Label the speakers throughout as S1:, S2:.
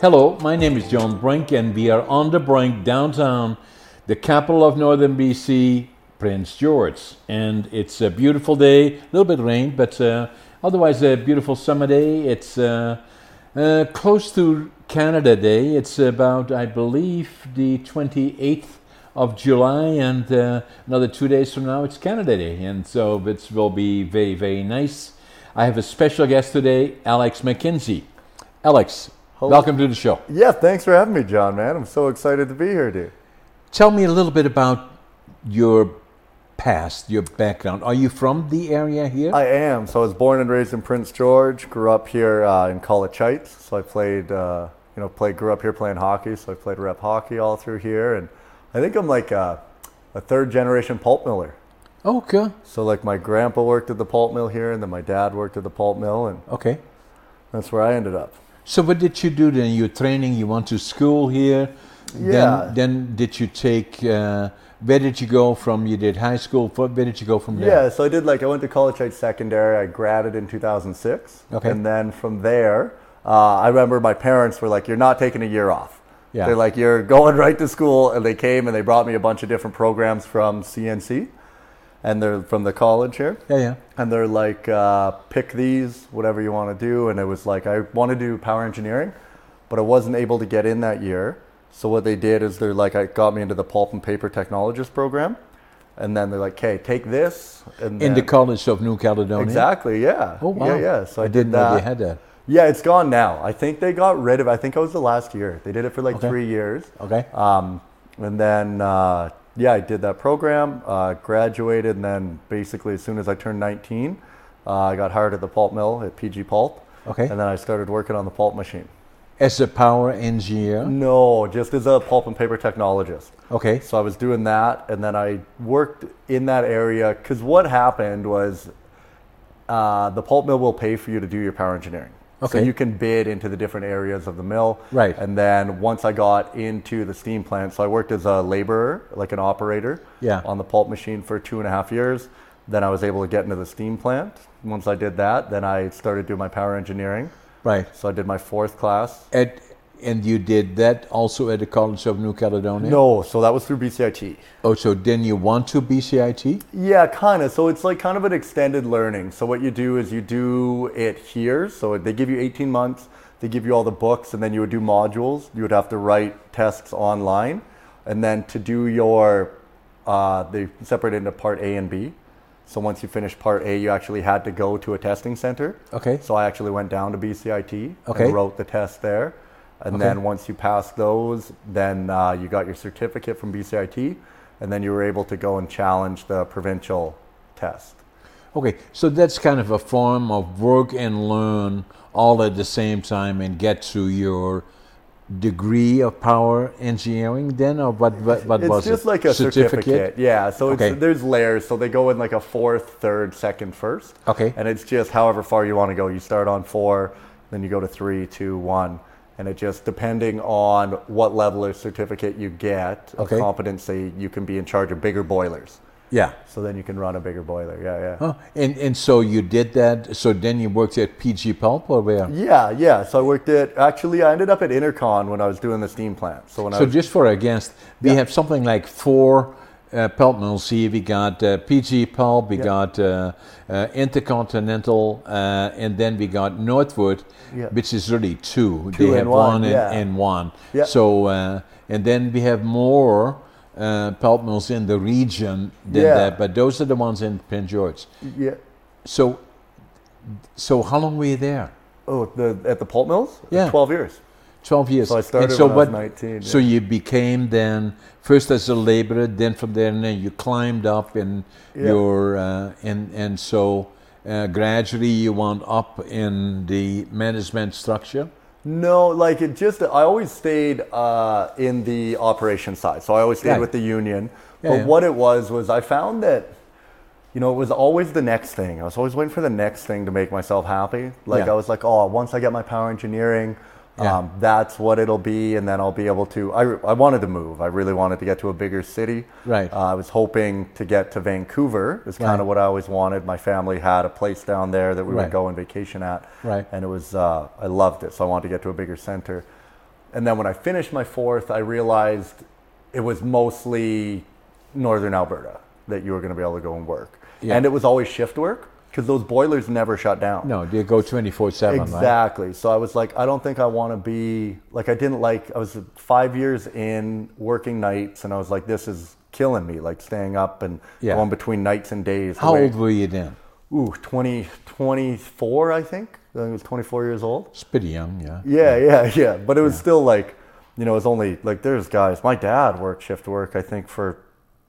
S1: Hello, my name is John Brink, and we are on the Brink downtown, the capital of northern BC, Prince George. And it's a beautiful day, a little bit rain, but uh, otherwise a beautiful summer day. It's uh, uh, close to Canada Day. It's about, I believe, the 28th of July, and uh, another two days from now, it's Canada Day. And so it will be very, very nice. I have a special guest today, Alex McKenzie. Alex,
S2: Hello.
S1: welcome to the show.
S2: Yeah, thanks for having me, John, man. I'm so excited to be here, dude.
S1: Tell me a little bit about your past, your background. Are you from the area here?
S2: I am. So I was born and raised in Prince George. Grew up here uh, in College Heights. So I played, uh, you know, played. Grew up here playing hockey. So I played rep hockey all through here, and I think I'm like a, a third generation pulp miller.
S1: okay.
S2: So like my grandpa worked at the pulp mill here, and then my dad worked at the pulp mill, and
S1: Okay.
S2: that's where I ended up.
S1: So what did you do then? Your training, you went to school here.
S2: Yeah.
S1: Then, then did you take, uh, where did you go from? You did high school. fo- Where did you go from there?
S2: Yeah, so I did like I went to College Heights Secondary. I graduated in 2006.
S1: Okay.
S2: And then from there, uh, I remember my parents were like, "You're not taking a year off."
S1: Yeah.
S2: They're like, "You're going right to school," and they came and they brought me a bunch of different programs from CNC, and they're from the college here.
S1: Yeah, yeah.
S2: And they're like, uh, pick these, whatever you want to do. And it was like, I want to do power engineering, but I wasn't able to get in that year. So what they did is they're like, I got me into the pulp and paper technologist program. And then they're like, okay, take this. And
S1: In
S2: then,
S1: the College of New Caledonia.
S2: Exactly, yeah.
S1: Oh wow.
S2: Yeah, yeah. So I,
S1: didn't
S2: did that.
S1: know they had that.
S2: Yeah, it's gone now. I think they got rid of I think it was the last year. They did it for like
S1: Okay.
S2: three years.
S1: Okay.
S2: Um, and then, uh, yeah, I did that program, uh, graduated, and then basically as soon as I turned 19, uh, I got hired at the pulp mill at PG Pulp.
S1: Okay.
S2: And then I started working on the pulp machine.
S1: As a power engineer.
S2: No, just as a pulp and paper technologist.
S1: Okay.
S2: So I was doing that, and then I worked in that area because what happened was uh, the pulp mill will pay for you to do your power engineering.
S1: Okay.
S2: So you can bid into the different areas of the mill.
S1: Right.
S2: And then once I got into the steam plant, so I worked as a laborer, like an operator,
S1: Yeah.
S2: on the pulp machine for two and a half years. Then I was able to get into the steam plant. Once I did that, then I started doing my power engineering.
S1: Right.
S2: So I did my fourth class.
S1: At and you did that also at the College of New Caledonia.
S2: No, so that was through BCIT.
S1: Oh, so then you want to BCIT?
S2: Yeah, kind of. So it's like kind of an extended learning. So what you do is you do it here. So they give you 18 months, they give you all the books, and then you would do modules. You would have to write tests online. And then to do your, uh, they separate it into part A and B. So once you finish part A, you actually had to go to a testing center.
S1: Okay.
S2: So I actually went down to BCIT
S1: Okay.
S2: and wrote the test there. And then once you passed those, then uh, you got your certificate from BCIT, and then you were able to go and challenge the provincial test.
S1: Okay, so that's kind of a form of work and learn all at the same time and get to your degree of power engineering then or what what, what
S2: It's
S1: was
S2: just
S1: it?
S2: like a certificate. Yeah. So it's,
S1: Okay.
S2: there's layers. So they go in like a fourth, third, second, first.
S1: Okay.
S2: And it's just however far you want to go. You start on four, then you go to three, two, one. And it just depending on what level of certificate you get of
S1: Okay.
S2: competency, you can be in charge of bigger boilers.
S1: Yeah.
S2: So then you can run a bigger boiler. Yeah, yeah.
S1: Oh, and and so you did that so then you worked at PG Pulp or where?
S2: Yeah, yeah. So I worked at actually I ended up at Intercon when I was doing the steam plant. So when I
S1: So
S2: was,
S1: just for our guest, we have something like four uh, pulp mills here. We got uh, PG Pulp, we got uh, uh, Intercontinental, uh, and then we got Northwood,
S2: Yeah.
S1: which is really two.
S2: Two
S1: they
S2: and
S1: have
S2: one,
S1: and,
S2: yeah.
S1: and one.
S2: Yeah.
S1: So uh, and then we have more. Uh, pulp mills in the region than
S2: Yeah.
S1: that, but those are the ones in Prince George.
S2: yeah.
S1: So, so how long were you there?
S2: Oh, the at the pulp mills?
S1: Yeah.
S2: Twelve years.
S1: 12 years.
S2: So I started
S1: and so
S2: when I was
S1: what-
S2: 19,
S1: So you became then first as a laborer, then from there, and then you climbed up in
S2: Yeah.
S1: your uh, and and so uh, gradually you went up in the management structure.
S2: No, like it just, I always stayed uh, in the operation side. So I always stayed
S1: Right.
S2: with the union.
S1: Yeah,
S2: but
S1: yeah.
S2: what it was, was I found that, you know, it was always the next thing. I was always waiting for the next thing to make myself happy. Like
S1: Yeah.
S2: I was like, oh, once I get my power engineering,
S1: Yeah.
S2: um, that's what it'll be. And then I'll be able to, I, I wanted to move. I really wanted to get to a bigger city.
S1: Right.
S2: Uh, I was hoping to get to Vancouver, is kind
S1: Right.
S2: of what I always wanted. My family had a place down there that we
S1: Right.
S2: would go on vacation at
S1: Right.
S2: and it was uh, I loved it, so I wanted to get to a bigger center. And then when I finished my fourth, I realized it was mostly northern Alberta that you were going to be able to go and work.
S1: Yeah.
S2: And it was always shift work because those boilers never shut down.
S1: No, they go 24 7, right?
S2: Exactly. So I was like, I don't think I want to be like I didn't like. I was five years in working nights, and I was like, this is killing me. Like staying up and
S1: Yeah.
S2: going between nights and days. the
S1: How
S2: way-
S1: old were you then?
S2: Ooh, 20, 24, I think. I think I was twenty four years old.
S1: It's pretty young, yeah.
S2: Yeah, yeah, yeah. But it was still like, you know, it was only like there's guys. My dad worked shift work. I think for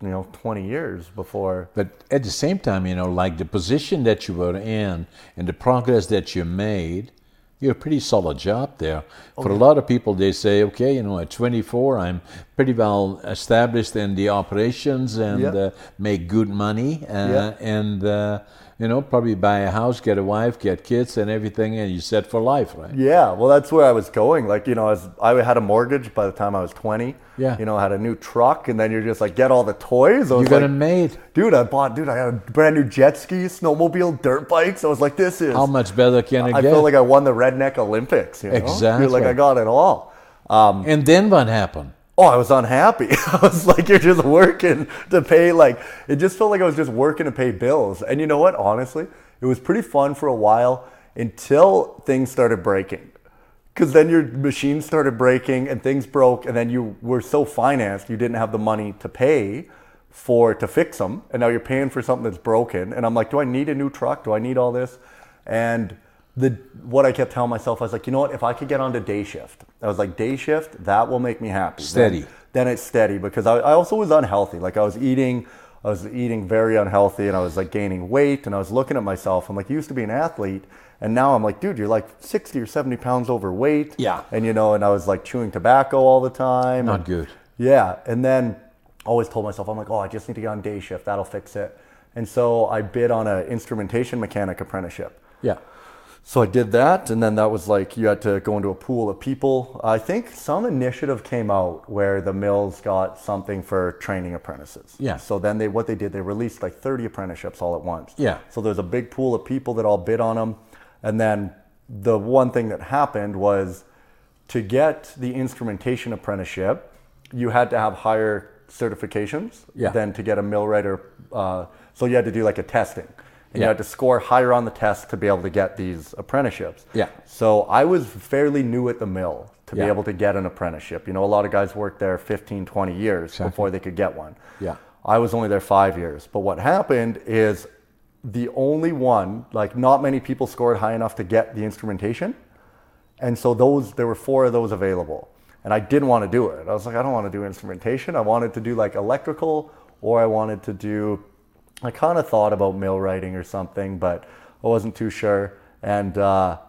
S2: you know twenty years before.
S1: But at the same time, you know, like the position that you were in and the progress that you made, you're a pretty solid job there. For a lot of people, they say, okay, you know, at 24, I'm pretty well established in the operations and
S2: Yeah.
S1: uh, make good money uh,
S2: Yeah.
S1: and, uh, you know, probably buy a house, get a wife, get kids and everything, and you're set for life, right?
S2: Yeah, well, that's where I was going. Like, you know, I, was, I had a mortgage by the time I was 20.
S1: Yeah.
S2: You know, I had a new truck, and then you're just like, get all the toys. I
S1: You
S2: was
S1: got
S2: like,
S1: a maid.
S2: dude, I bought, dude, I got a brand new jet ski, snowmobile, dirt bikes. I was like, this is.
S1: How much better can it
S2: I
S1: get?
S2: feel like I won the Redneck Olympics. You know?
S1: Exactly.
S2: You're like, I got it all.
S1: and then what happened?
S2: Oh, I was unhappy. I was like, you're just working to pay, like, it just felt like I was just working to pay bills. And you know what? Honestly, it was pretty fun for a while until things started breaking. Because then your machine started breaking and things broke, and then you were so financed, you didn't have the money to pay for to fix them. And now you're paying for something that's broken. And I'm like, do I need a new truck? Do I need all this? And the what I kept telling myself, I was like, you know what? If I could get onto day shift, I was like, day shift, that will make me happy.
S1: Steady.
S2: Then, then it's steady because I, I also was unhealthy. Like I was eating, I was eating very unhealthy, and I was like gaining weight, and I was looking at myself. I'm like, you used to be an athlete, and now I'm like, dude, you're like 60 or 70 pounds overweight.
S1: Yeah.
S2: And you know, and I was like chewing tobacco all the time.
S1: Not
S2: and-
S1: good.
S2: yeah, and then I always told myself, I'm like, oh, I just need to get on day shift. That'll fix it. And so I bid on an instrumentation mechanic apprenticeship.
S1: Yeah.
S2: So I did that, and then that was like you had to go into a pool of people. I think some initiative came out where the mills got something for training apprentices.
S1: Yeah.
S2: So then they what they did they released like 30 apprenticeships all at once.
S1: Yeah.
S2: So there's a big pool of people that all bid on them, and then the one thing that happened was to get the instrumentation apprenticeship, you had to have higher certifications
S1: Yeah.
S2: than to get a mill writer. Uh, so you had to do like a testing. And
S1: Yeah.
S2: You had to score higher on the test to be able to get these apprenticeships.
S1: Yeah.
S2: So I was fairly new at the mill to
S1: Yeah.
S2: be able to get an apprenticeship. You know, a lot of guys worked there 15, 20 years before they could get one.
S1: Yeah.
S2: I was only there five years. But what happened is the only one, like, not many people scored high enough to get the instrumentation. And so those there were four of those available. And I didn't want to do it. I was like, I don't want to do instrumentation. I wanted to do like electrical or I wanted to do I kind of thought about mill writing or something, but I wasn't too sure. And uh,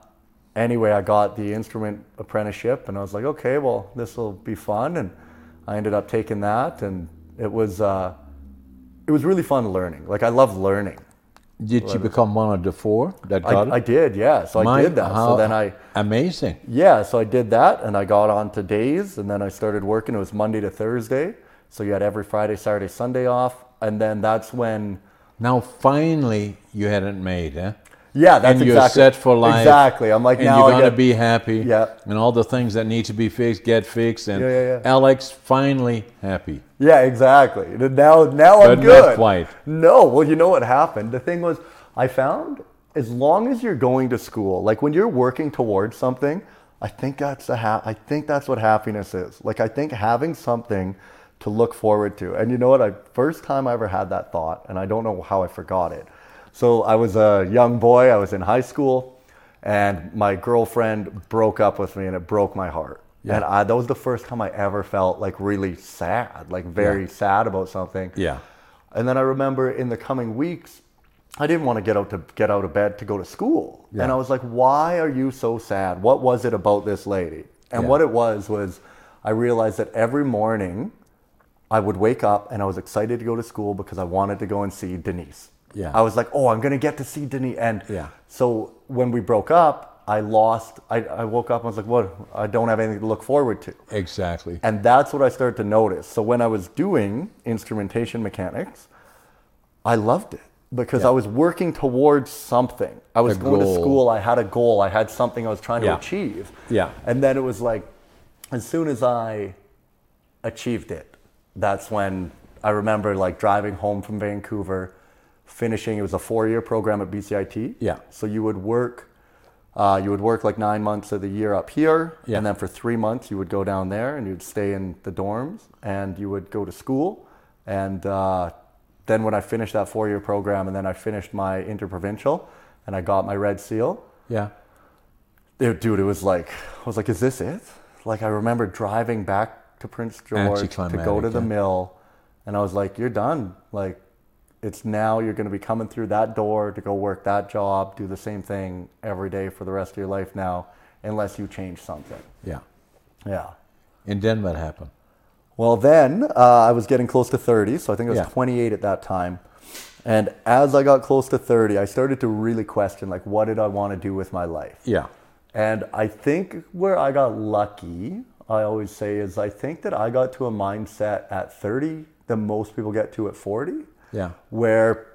S2: anyway, I got the instrument apprenticeship and I was like, okay, well, this will be fun. And I ended up taking that and it was uh, it was really fun learning. Like I love learning.
S1: Did you become one of the four that
S2: I,
S1: got it?
S2: I did, yeah. So
S1: My- uh-huh.
S2: I did that.
S1: how
S2: so then I
S1: Amazing.
S2: Yeah, so I did that and I got on to days and then I started working. It was Monday to Thursday. So you had every Friday, Saturday, Sunday off. And then that's when,
S1: Now finally you had it made, huh?
S2: yeah, that's
S1: and you're
S2: exactly.
S1: set for life.
S2: Exactly. I'm like,
S1: and
S2: now
S1: you're
S2: I
S1: gonna
S2: get,
S1: be happy.
S2: Yeah.
S1: And all the things that need to be fixed get fixed. And
S2: Yeah, yeah, yeah.
S1: Alex finally happy.
S2: Yeah, exactly. Now, now I'm
S1: But not
S2: good.
S1: quite.
S2: No, well, you know what happened. The thing was, I found as long as you're going to school, like when you're working towards something, I think that's the ha- I think that's what happiness is. Like I think having something to look forward to. And you know what? I first time I ever had that thought, and I don't know how I forgot it. So I was a young boy. I was in high school, and my girlfriend broke up with me, and it broke my heart. And I, that was the first time I ever felt like really sad, like very sad about something.
S1: Yeah.
S2: And then I remember in the coming weeks, I didn't want to get out to get out of bed to go to school. And I was like, "Why are you so sad? What was it about this lady?" And
S1: Yeah.
S2: what it was was I realized that every morning I would wake up and I was excited to go to school because I wanted to go and see Denise.
S1: Yeah.
S2: I was like, "Oh, I'm going to get to see Denise." And
S1: Yeah.
S2: so when we broke up, I lost I, I woke up and I was like, "What? I don't have anything to look forward to."
S1: Exactly.
S2: And that's what I started to notice. So when I was doing instrumentation mechanics, I loved it because I was working towards something. I was
S1: A
S2: going
S1: goal.
S2: to school, I had a goal, I had something I was trying to
S1: Yeah.
S2: achieve.
S1: Yeah.
S2: And then it was like as soon as I achieved it, that's when I remember like driving home from Vancouver, finishing. It was a four-year program at BCIT.
S1: Yeah.
S2: So you would work, uh, you would work like nine months of the year up here,
S1: Yeah.
S2: and then for three months you would go down there and you'd stay in the dorms and you would go to school. And uh, then when I finished that four-year program, and then I finished my interprovincial, and I got my red seal.
S1: Yeah.
S2: It- dude, it was like I was like, is this it? Like I remember driving back to Prince George to go to
S1: Anticlimactic,
S2: the
S1: yeah.
S2: mill, and I was like, you're done. Like it's now you're going to be coming through that door to go work that job, do the same thing every day for the rest of your life now, unless you change something.
S1: Yeah.
S2: Yeah.
S1: And then what happened?
S2: Well, then uh, I was getting close to 30, so I think I was
S1: Yeah.
S2: 28 at that time. And as I got close to 30, I started to really question like, what did I want to do with my life?
S1: Yeah.
S2: And I think where I got lucky, I always say, is I think that I got to a mindset at 30 that most people get to at 40,
S1: Yeah.
S2: where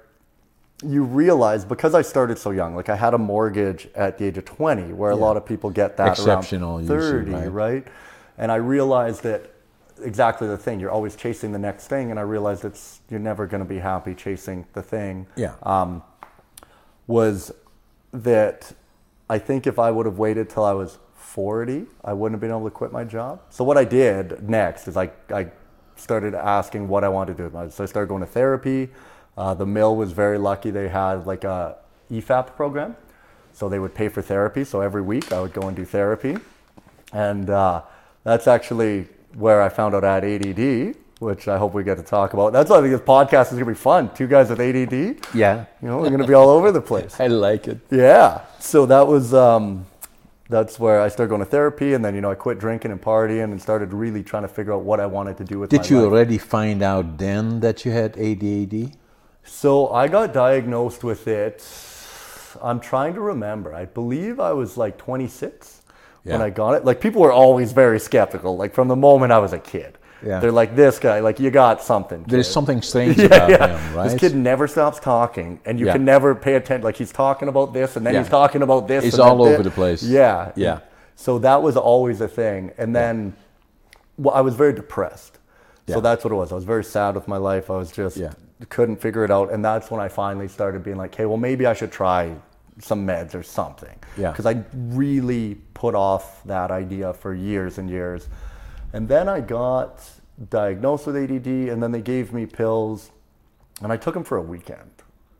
S2: you realize because I started so young, like I had a mortgage at the age of 20, where a lot of people get that
S1: Exceptional
S2: around
S1: usually,
S2: 30,
S1: right?
S2: right? And I realized that exactly the thing, you're always chasing the next thing. And I realized it's, you're never going to be happy chasing the thing
S1: Yeah.
S2: Uh, was that I think if I would have waited till I was 40, I wouldn't have been able to quit my job. So what I did next is I, I started asking what I wanted to do. So I started going to therapy. Uh, the mill was very lucky; they had like a EFAP program, so they would pay for therapy. So every week I would go and do therapy, and uh, that's actually where I found out I had ADD, which I hope we get to talk about. That's why I think this podcast is gonna be fun. Two guys with ADD. You
S1: yeah.
S2: know, we're gonna be all over the place.
S1: I like it.
S2: Yeah. So that was um, that's where I started going to therapy, and then you know I quit drinking and partying, and started really trying to figure out what I wanted to do with my
S1: Did you
S2: life.
S1: already find out then that you had ADHD?
S2: So I got diagnosed with it. I'm trying to remember. I believe I was like 26 when
S1: Yeah.
S2: I got it. Like people were always very skeptical. Like from the moment I was a kid,
S1: Yeah.
S2: they're like, "This guy, like you got something." kid."
S1: There's something strange about him, right?
S2: This kid never stops talking, and you
S1: Yeah.
S2: can never pay attention. Like he's talking about this, and then
S1: Yeah.
S2: he's talking about this.
S1: He's
S2: and then
S1: all
S2: thi-
S1: over the place.
S2: Yeah,
S1: Yeah.
S2: So that was always a thing, and then well, I was very depressed.
S1: Yeah.
S2: So that's what it was. I was very sad with my life. I was just
S1: Yeah.
S2: couldn't figure it out, and that's when I finally started being like, "Hey, well, maybe I should try some meds or something."
S1: Yeah.
S2: Because I really put off that idea for years and years, and then I got diagnosed with ADD, and then they gave me pills, and I took them for a weekend,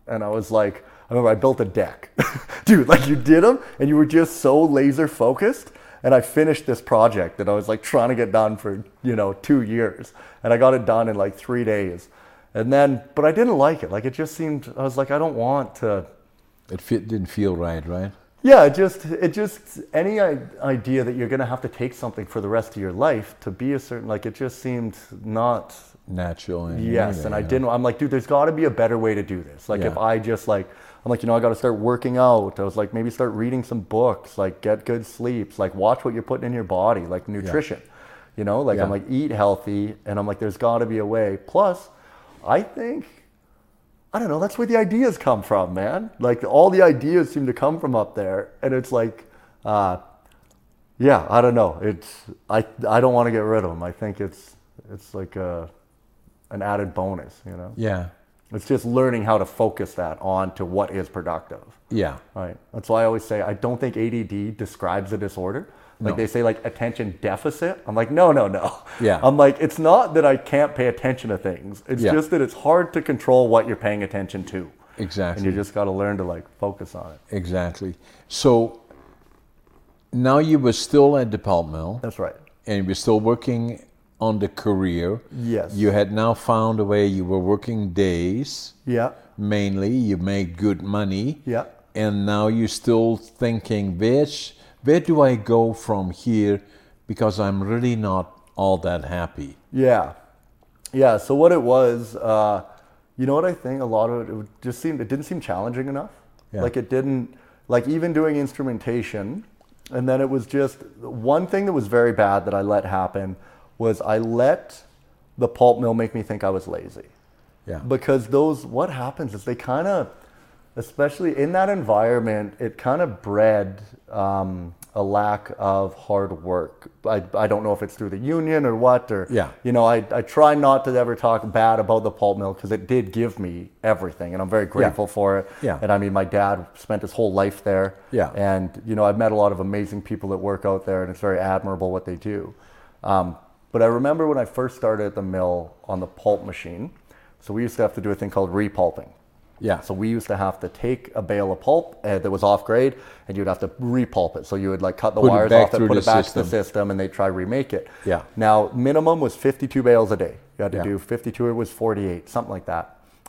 S2: and I was like, I remember I built a deck, dude. Like you did them, and you were just so laser focused. And I finished this project that I was like trying to get done for you know two years, and I got it done in like three days. And then, but I didn't like it. Like it just seemed, I was like, I don't want to
S1: It fe- didn't feel right, right?
S2: yeah, it just it just any i- idea that you're going to have to take something for the rest of your life to be a certain like it just seemed not
S1: Natural. And
S2: yes, and I didn't. I'm like, dude, there's got to be a better way to do this. Like if
S1: Yeah.
S2: I just like I'm like, you know, I got to start working out. I was like, maybe start reading some books. Like get good sleeps. Like watch what you're putting in your body. Like nutrition. You know, like I'm
S1: Yeah.
S2: like eat healthy, and I'm like, there's got to be a way. Plus, I think I don't know. That's where the ideas come from, man. Like all the ideas seem to come from up there, and it's like, uh, yeah, I don't know. It's I I don't want to get rid of them. I think it's it's like a, an added bonus, you know.
S1: Yeah.
S2: It's just learning how to focus that on to what is productive.
S1: Yeah.
S2: Right. That's why I always say I don't think ADD describes a disorder. Like
S1: No.
S2: they say like attention deficit. I'm like, no, no, no.
S1: Yeah.
S2: I'm like, it's not that I can't pay attention to things. It's
S1: Yeah.
S2: just that it's hard to control what you're paying attention to. And you
S1: Exactly.
S2: just gotta learn to like focus on it.
S1: Exactly. So now you were still at the pulp mill.
S2: That's right.
S1: and we're still working on the career.
S2: Yes.
S1: You had now found a way you were working days
S2: Yeah.
S1: mainly, you made good money.
S2: Yeah.
S1: And now you're still thinking which where do I go from here because I'm really not all that happy.
S2: Yeah. Yeah. So what it was, uh, you know what I think? A lot of it, it would just seemed, it didn't seem challenging enough.
S1: Yeah.
S2: Like it didn't, like even doing instrumentation. And then it was just one thing that was very bad that I let happen was I let the pulp mill make me think I was lazy
S1: Yeah.
S2: because those what happens is they kind of especially in that environment it kind of bred um, a a lack of hard work. I, I don't know if it's through the union or what, or,
S1: Yeah.
S2: you know, I, I try not to ever talk bad about the pulp mill because it did give me everything and I'm very grateful for it.
S1: Yeah.
S2: And I mean, my dad spent his whole life there.
S1: Yeah.
S2: And, you know, I've met a lot of amazing people that work out there and it's very admirable what they do. Um, but I remember when I first started at the mill on the pulp machine. So we used to have to do a thing called repulping.
S1: Yeah.
S2: So we used to have to take a bale of pulp uh, that was off grade, and you'd have to repulp it. So you would like cut the
S1: Put it
S2: wires
S1: back
S2: off and
S1: through
S2: put
S1: the
S2: it back
S1: system.
S2: to the system, and they try remake it.
S1: Yeah.
S2: Now minimum was 52 bales a day. You had to
S1: Yeah.
S2: do 52. It was 48, something like that.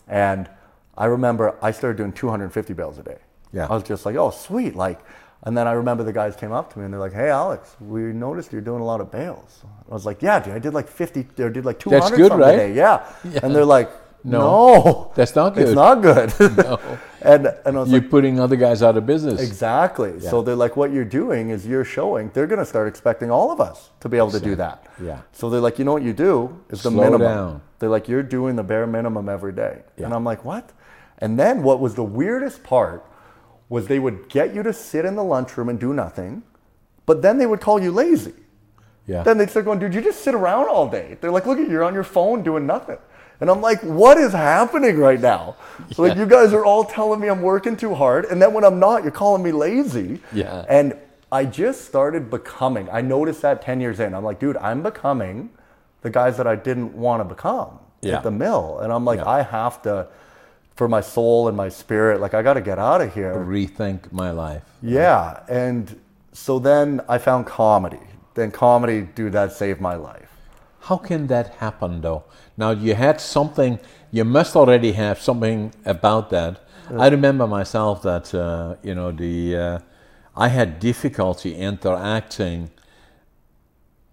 S2: And I remember I started doing 250 bales a day.
S1: Yeah.
S2: I was just like, oh sweet, like. And then I remember the guys came up to me and they're like, "Hey, Alex, we noticed you're doing a lot of bales." I was like, "Yeah, dude, I did like 50 or did like 200
S1: good,
S2: something
S1: right?
S2: a day, yeah. And they're like,
S1: No.
S2: "No,
S1: That's not good.
S2: It's not good." and and I was
S1: You're
S2: like,
S1: putting other guys out of business.
S2: "Exactly." So they're like, "What you're doing is you're showing they're going to start expecting all of us to be able to do that."
S1: Yeah.
S2: So they're like, "You know what you do is the
S1: Slow
S2: minimum."
S1: down.
S2: They're like, "You're doing the bare minimum every day," and
S1: Yeah.
S2: I'm like, "What?" And then what was the weirdest part was they would get you to sit in the lunchroom and do nothing, but then they would call you lazy.
S1: Yeah.
S2: Then they'd start going, dude, you just sit around all day. They're like, look at you, you're on your phone doing nothing. And I'm like, what is happening right now? So Like,
S1: Yeah.
S2: you guys are all telling me I'm working too hard. And then when I'm not, you're calling me lazy.
S1: Yeah.
S2: And I just started becoming, I noticed that 10 years in. I'm like, dude, I'm becoming the guys that I didn't want to become
S1: Yeah.
S2: at the mill. And I'm like,
S1: Yeah.
S2: I have to, for my soul and my spirit, like, I got to get out of here.
S1: Rethink my life.
S2: Yeah, and so then I found comedy. Then comedy, dude, that saved my life.
S1: How can that happen though? Now you had something, you must already have something about that. I remember myself that uh, you know the uh, I had difficulty interacting.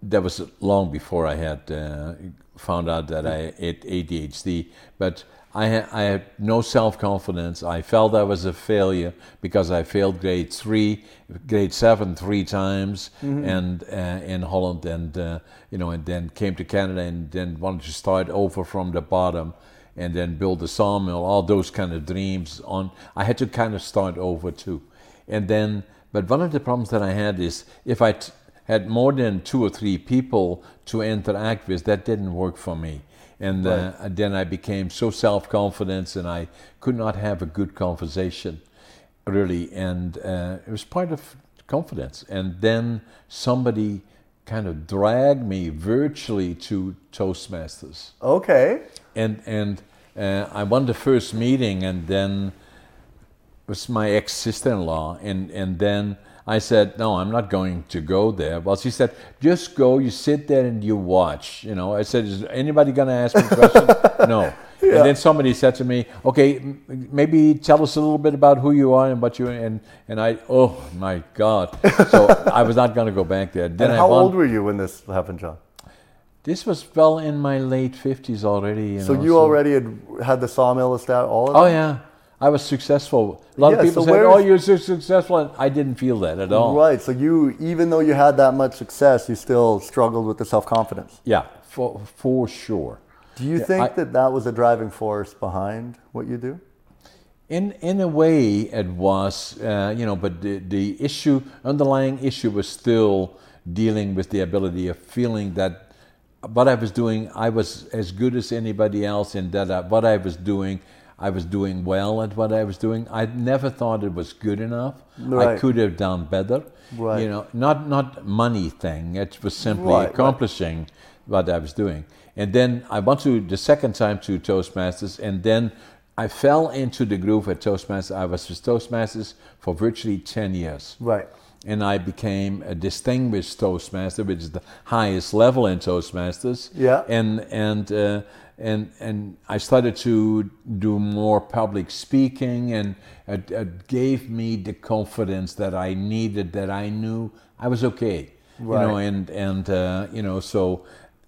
S1: That was long before I had uh, found out that I had ADHD, but I ha- I had no self confidence. I felt I was a failure because I failed grade three, grade seven three times, and uh, in Holland, and uh, you know, and then came to Canada, and then wanted to start over from the bottom, and then build a sawmill. All those kind of dreams. On I had to kind of start over too, and then. But one of the problems that I had is if I t- had more than two or three people to interact with, that didn't work for me. And uh, then I became so self confident and I could not have a good conversation, really. And uh, it was part of confidence. And then somebody kind of dragged me virtually to Toastmasters
S2: Okay.
S1: and and uh, I won the first meeting, and then it was my ex sister in law, and and then I said, no, I'm not going to go there. Well, she said, just go. You sit there and you watch. You know, I said, is anybody going to ask me questions? no. And then somebody said to me, okay, m- maybe tell us a little bit about who you are and what you and and I. Oh my God! So I was not going to go back there. Then
S2: And
S1: I
S2: how
S1: won-
S2: old were you when this happened, John?
S1: This was well in my late fifties already. You
S2: So
S1: know,
S2: you already had had the sawmill established, all of
S1: Oh
S2: it?
S1: yeah, I was successful. A lot of
S2: Yeah,
S1: people
S2: so
S1: said,
S2: where
S1: "Oh,
S2: is-
S1: you're so successful," and I didn't feel that at all.
S2: Right. So you, even though you had that much success, you still struggled with the self confidence.
S1: Yeah, for for sure.
S2: Do you think
S1: I-
S2: that that was a driving force behind what you do?
S1: In in a way, it was uh, you know, but the the issue underlying issue was still dealing with the ability of feeling that what I was doing, I was as good as anybody else, in that I, what I was doing, I was doing well at what I was doing. I never thought it was good enough. I
S2: Right.
S1: could have done better.
S2: Right.
S1: You know, not not money thing. It was simply
S2: Right, right.
S1: accomplishing what I was doing. And then I went to the second time to Toastmasters, and then I fell into the groove at Toastmasters. I was with Toastmasters for virtually ten years
S2: Right.
S1: and I became a distinguished Toastmaster, which is the highest level in Toastmasters.
S2: Yeah.
S1: And and uh, and and I started to do more public speaking, and it, it gave me the confidence that I needed. That I knew I was okay. You know,
S2: Right.
S1: and and uh, you know, so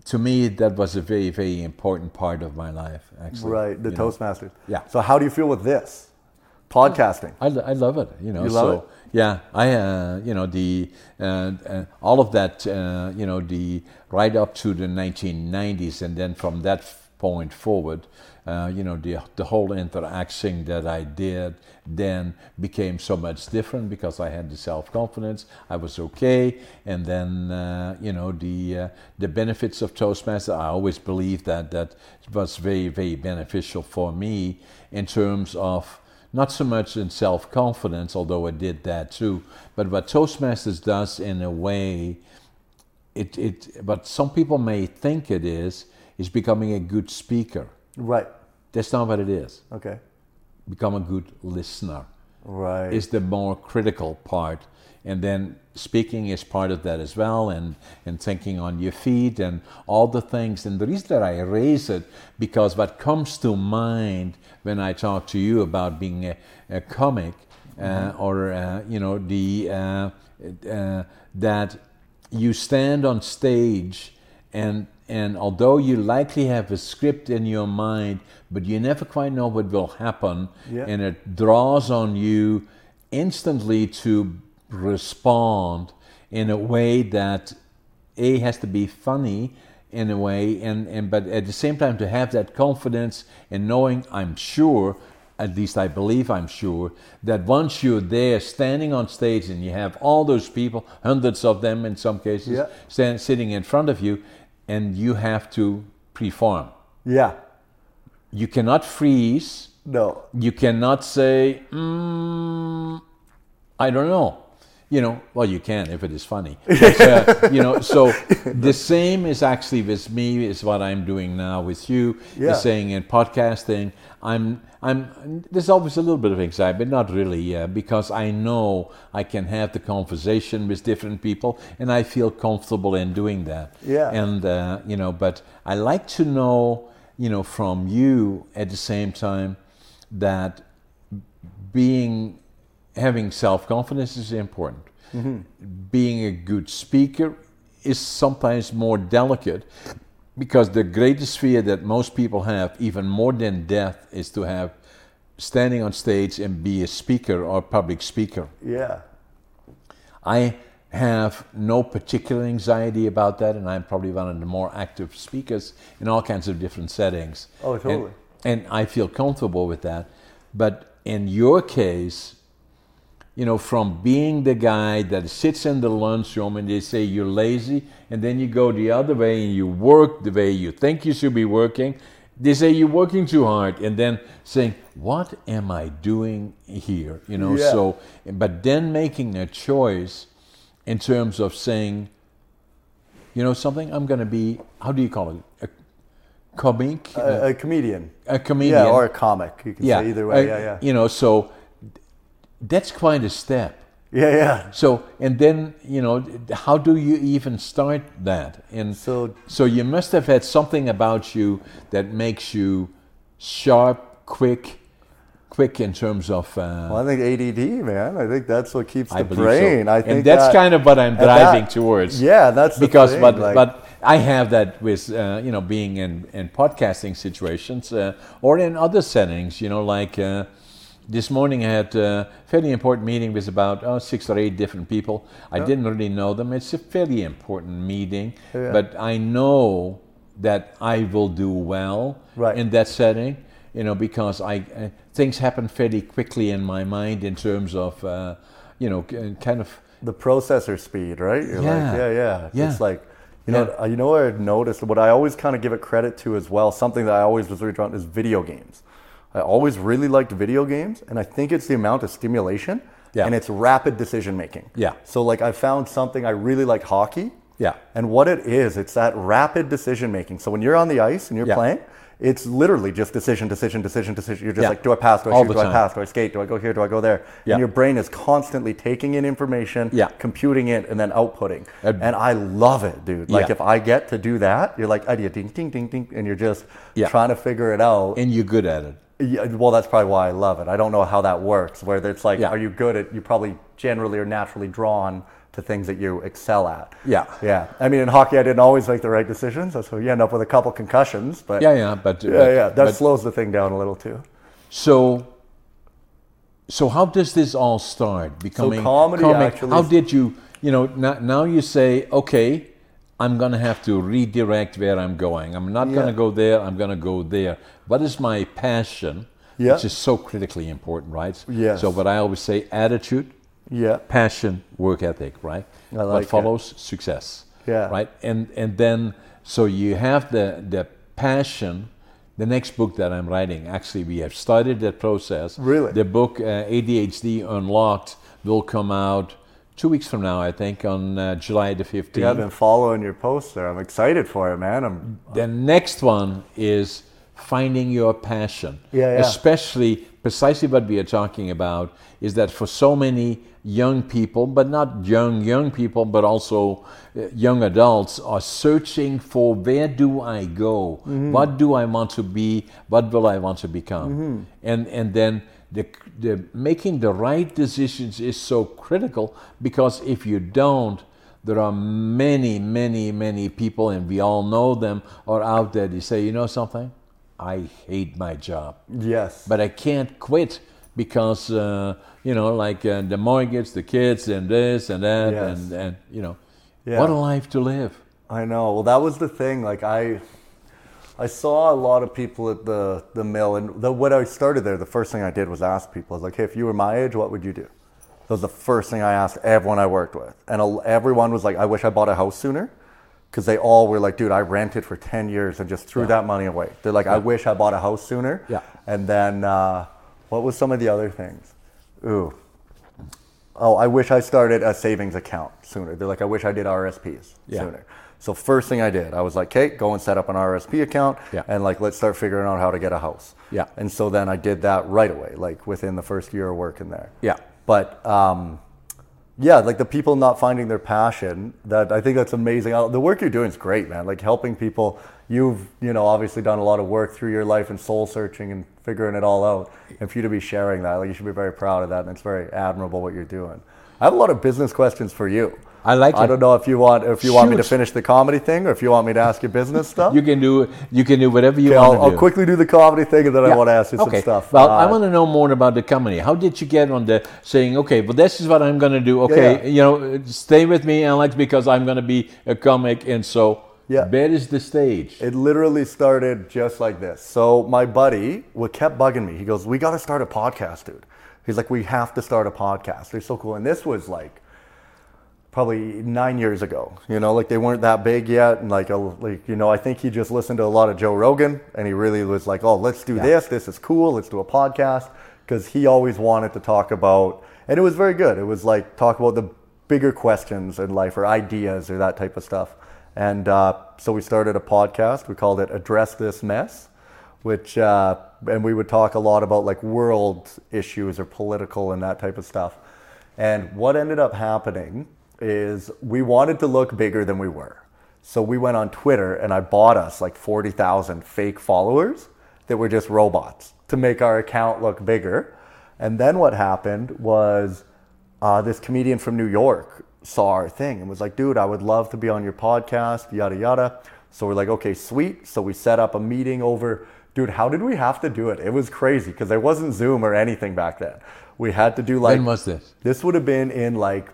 S1: to me that was a very very important part of my life. Actually.
S2: Right. The
S1: you know.
S2: Toastmasters.
S1: Yeah.
S2: So how do you feel with this? Podcasting.
S1: I, lo- I love it. You know,
S2: You love
S1: so
S2: it?
S1: yeah, I uh, you know the uh, uh, all of that uh, you know the right up to the 1990s, and then from that f- point forward. Uh, you know, the, the whole interaction that I did then became so much different because I had the self confidence. I was okay. And then, uh, you know, the, uh, the benefits of Toastmaster, I always believed that that was very, very beneficial for me in terms of not so much in self confidence, although I did that too, but what Toastmasters does in a way, it, it, what some people may think it is, is becoming a good speaker.
S2: Right.
S1: That's not what it is.
S2: Okay.
S1: Become a good listener
S2: Right.
S1: is the more critical part. And then speaking is part of that as well, and, and thinking on your feet and all the things. And the reason that I raise it, because what comes to mind when I talk to you about being a, a comic, uh,
S2: Mm-hmm.
S1: or uh, you know the uh, uh, that you stand on stage and and although you likely have a script in your mind, but you never quite know what will happen,
S2: Yeah.
S1: and it draws on you instantly to respond in a way that a has to be funny in a way, and, and but at the same time to have that confidence and knowing I'm sure. At least I believe I'm sure that once you're there standing on stage and you have all those people, hundreds of them in some cases,
S2: Yeah.
S1: stand, sitting in front of you, and you have to perform.
S2: yeah.
S1: You cannot freeze.
S2: No.
S1: You cannot say, mm, I don't know. You know, well, you can if it is funny. But, uh, you know, so the same is actually with me is what I'm doing now with you.
S2: Yeah.
S1: Is saying in podcasting, I'm, I'm. There's always a little bit of anxiety, but not really, uh, because I know I can have the conversation with different people, and I feel comfortable in doing that.
S2: Yeah.
S1: And uh, you know, but I like to know, you know, from you at the same time that being having self confidence is important. Being a good speaker is sometimes more delicate because the greatest fear that most people have, even more than death, is to have standing on stage and be a speaker or public speaker.
S2: Yeah.
S1: I have no particular anxiety about that, and I'm probably one of the more active speakers in all kinds of different settings.
S2: Oh,
S1: And-
S2: totally.
S1: And, I feel comfortable with that. But in your case, you know, from being the guy that sits in the lunchroom and they say you're lazy, and then you go the other way and you work the way you think you should be working. They say you're working too hard, and then saying, "What am I doing here?" You know.
S2: Yeah.
S1: So, but then making a choice in terms of saying, you know, something. I'm going to be. How do you call it? A comic,
S2: A, a comedian.
S1: a comedian.
S2: Uh, Yeah, or a comic. You can say either way.
S1: uh,
S2: yeah, yeah.
S1: You know, so that's quite a step.
S2: Yeah, yeah.
S1: So, and then, you know, how do you even start that? And
S2: So-
S1: so you must have had something about you that makes you sharp, quick, quick in terms of. Uh,
S2: Well, I think ADD, man. I think that's what keeps the
S1: I believe
S2: brain.
S1: so.
S2: I think
S1: and that's
S2: that-
S1: kind of what I'm
S2: at
S1: driving
S2: that-
S1: towards.
S2: Yeah, that's the
S1: because
S2: thing,
S1: but
S2: like-
S1: but I have that with uh, you know being in in podcasting situations uh, or in other settings. You know, like uh, this morning I had a fairly important meeting with about oh, six or eight different people. I didn't really know them. It's a fairly important meeting,
S2: Yeah.
S1: but I know that I will do well
S2: Right.
S1: in that setting. You know, because I uh, things happen fairly quickly in my mind in terms of uh, you know k- kind of
S2: the processor speed, right? You're
S1: Yeah.
S2: like, yeah, yeah,
S1: Yeah.
S2: It's like, you know, uh, you know what I noticed? What I always kind of give it credit to as well, something that I always was really drawn is video games. I always really liked video games, and I think it's the amount of stimulation
S1: Yeah.
S2: and it's rapid decision making.
S1: Yeah.
S2: So, like, I found something I really like hockey.
S1: Yeah.
S2: And what it is, it's that rapid decision making. So, when you're on the ice and you're
S1: Yeah.
S2: playing, it's literally just decision, decision, decision, decision. You're just
S1: Yeah.
S2: like, do I pass? Do I
S1: All
S2: shoot?
S1: the
S2: Do I
S1: time.
S2: pass? Do I skate? Do I go here? Do I go there?
S1: Yeah.
S2: And your brain is constantly taking in information,
S1: Yeah.
S2: computing it, and then outputting.
S1: And-
S2: And, I love it, dude. Like
S1: Yeah.
S2: if I get to do that, you're like, idea, ding, ding, ding, ding, and you're just
S1: Yeah.
S2: trying to figure it out.
S1: and you're good at it.
S2: Yeah, well, that's probably why I love it. I don't know how that works. Where it's like,
S1: Yeah.
S2: are you good at? You probably generally are naturally drawn to things that you excel at.
S1: Yeah.
S2: Yeah. I mean, in hockey, I didn't always make the right decisions. That's how you end up with a couple concussions. But
S1: Yeah, yeah, but
S2: yeah, yeah, that slows the thing down a little too.
S1: so so how does this all start becoming
S2: comedy
S1: comic?
S2: actually
S1: how
S2: is-
S1: did you you know now, now you say okay I'm going to have to redirect where I'm going. I'm not going to
S2: Yeah.
S1: go there, I'm going to go there. What is my passion?
S2: Yeah.
S1: Which is so critically important, right?
S2: Yes.
S1: So, what I always say attitude,
S2: Yeah.
S1: passion, work ethic, right?
S2: I like
S1: what
S2: it.
S1: follows success.
S2: Yeah.
S1: Right? And and then so you have the the passion. The next book that I'm writing, actually, we have started that process.
S2: Really?
S1: The book uh, ADHD Unlocked will come out two weeks from now, I think, on uh, July the 15th.
S2: Yeah, I've been following your posts there. I'm excited for it, man. I'm
S1: The next one is finding your passion.
S2: Yeah, yeah.
S1: Especially precisely what we are talking about is that for so many young people, but not young young people, but also uh, young adults are searching for where do I go? What do I want to be? What will I want to become? And and then the, the making the right decisions is so critical because if you don't there are many, many, many people, and we all know them, are out there. They say, you know something? I hate my job,
S2: yes.
S1: but I can't quit because, uh, you know, like uh, the mortgage, the kids, and this and that,
S2: Yes.
S1: and, and, you know,
S2: Yeah.
S1: what a life to live.
S2: I know. Well, that was the thing. Like I, I saw a lot of people at the the mill, and the, when I started there, the first thing I did was ask people. I was like, "Hey, if you were my age, what would you do?" That was the first thing I asked everyone I worked with, and a, everyone was like, "I wish I bought a house sooner," because they all were like, "Dude, I rented for ten years and just threw that money away." They're like, "I wish I bought a house sooner."
S1: Yeah.
S2: And then, uh, what was some of the other things? Ooh. Oh, I wish I started a savings account sooner. They're like, I wish I did RSPs
S1: Yeah.
S2: sooner. So first thing I did, I was like, okay, go and set up an RSP account
S1: Yeah.
S2: and like let's start figuring out how to get a house.
S1: Yeah.
S2: And so then I did that right away, like within the first year of working there.
S1: Yeah.
S2: But um, yeah, like the people not finding their passion, that I think that's amazing. Uh, The work you're doing is great, man. Like helping people. You've, you know, obviously done a lot of work through your life and soul searching and figuring it all out. And for you to be sharing that, like you should be very proud of that. And it's very admirable what you're doing. I have a lot of business questions for you.
S1: I like
S2: I
S1: it.
S2: don't know if you want if you want me to
S1: Shoot.
S2: finish the comedy thing or if you want me to ask you business stuff.
S1: You can do you can do whatever you
S2: Okay,
S1: want
S2: I'll,
S1: to
S2: I'll
S1: do.
S2: quickly do the comedy thing and then I want to ask you
S1: okay.
S2: some stuff.
S1: Well,
S2: Uh,
S1: I want to know more about the company. How did you get on the saying, okay, well, this is what I'm going to do. Okay,
S2: yeah.
S1: you know, stay with me, Alex, because I'm going to be a comic. And so,
S2: Yeah.
S1: where is the stage?
S2: It literally started just like this. So my buddy what kept bugging me. He goes, "We got to start a podcast, dude." He's like, "We have to start a podcast. They're so cool." And this was like probably nine years ago. You know, like they weren't that big yet, and like, a, like you know, I think he just listened to a lot of Joe Rogan, and he really was like, "Oh, let's do this. This is cool. Let's do a podcast," because he always wanted to talk about, and it was very good. It was like talk about the bigger questions in life or ideas or that type of stuff. And uh, so we started a podcast. We called it "Address This Mess." which uh, and we would talk a lot about like world issues or political and that type of stuff. And what ended up happening is we wanted to look bigger than we were. So we went on Twitter and I bought us like 40,000 fake followers that were just robots to make our account look bigger. And then what happened was uh, this comedian from New York saw our thing and was like, dude, I would love to be on your podcast, yada, yada. So we're like, okay, sweet. So we set up a meeting over, dude, how did we have to do it? It was crazy because there wasn't Zoom or anything back then. We had to do like,
S1: When was this?
S2: this would have been in like,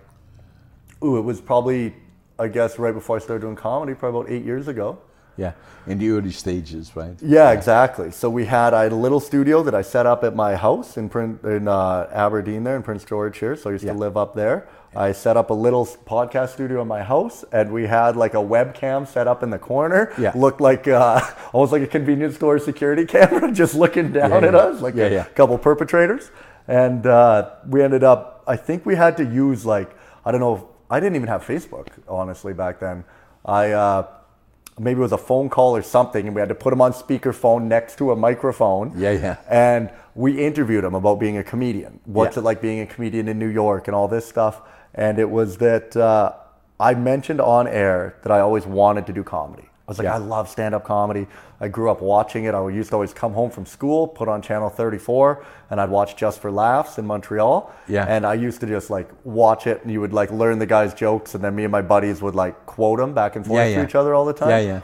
S2: ooh, it was probably, I guess, right before I started doing comedy, probably about eight years ago.
S1: Yeah, in the early stages, right?
S2: Yeah, exactly. So we had I had a little studio that I set up at my house in Prin- in uh, Aberdeen there in Prince George here. So I used to live up there. I set up a little s- podcast studio in my house, and we had like a webcam set up in the corner.
S1: Yeah.
S2: looked like uh, almost like a convenience store security camera, just looking down
S1: Yeah,
S2: at
S1: yeah.
S2: us, like
S1: Yeah,
S2: a
S1: yeah.
S2: couple perpetrators. And uh, we ended up. I think we had to use like I don't know. If, I didn't even have Facebook honestly back then. I. Uh, maybe it was a phone call or something, and we had to put him on speakerphone next to a microphone.
S1: Yeah, yeah.
S2: And we interviewed him about being a comedian. What's
S1: Yeah.
S2: it like being a comedian in New York and all this stuff? And it was that uh, I mentioned on air that I always wanted to do comedy. I was like,
S1: Yeah.
S2: I love stand up comedy. I grew up watching it. I used to always come home from school, put on Channel 34, and I'd watch Just for Laughs in Montreal.
S1: Yeah.
S2: And I used to just like watch it, and you would like learn the guy's jokes, and then me and my buddies would like quote them back and forth
S1: Yeah,
S2: to
S1: yeah.
S2: each other all the time.
S1: Yeah, yeah.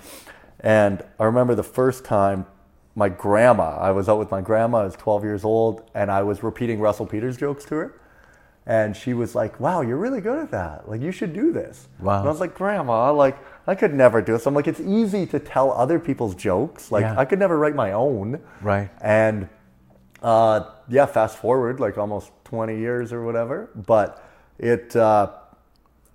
S2: And I remember the first time my grandma, I was out with my grandma, I was 12 years old, and I was repeating Russell Peters jokes to her. And she was like, wow, you're really good at that. Like, you should do this.
S1: Wow.
S2: And I was like, Grandma, like, I could never do this. I'm like, it's easy to tell other people's jokes. Like,
S1: Yeah.
S2: I could never write my own.
S1: Right.
S2: And uh, yeah, fast forward like almost 20 years or whatever. But it, uh,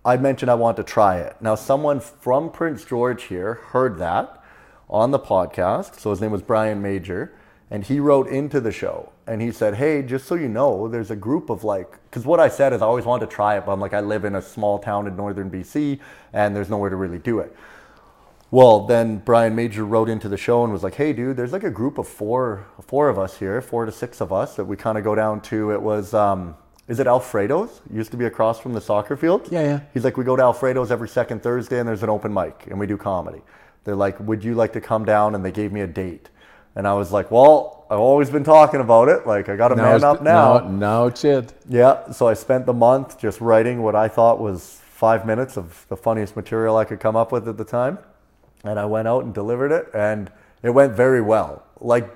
S2: I mentioned I want to try it. Now, someone from Prince George here heard that on the podcast. So his name was Brian Major. And he wrote into the show and he said, Hey, just so you know, there's a group of like, because what I said is I always wanted to try it, but I'm like, I live in a small town in northern BC and there's nowhere to really do it. Well, then Brian Major wrote into the show and was like, "Hey, dude, there's like a group of four, four of us here, four to six of us that we kind of go down to. It was, um, is it Alfredo's? It used to be across from the soccer field.
S1: Yeah, yeah.
S2: He's like, we go to Alfredo's every second Thursday, and there's an open mic, and we do comedy. They're like, would you like to come down? And they gave me a date, and I was like, well, I've always been talking about it. Like, I got to man
S1: it's-
S2: up now.
S1: now. Now it's it.
S2: Yeah, so I spent the month just writing what I thought was five minutes of the funniest material I could come up with at the time. And I went out and delivered it, and it went very well. Like,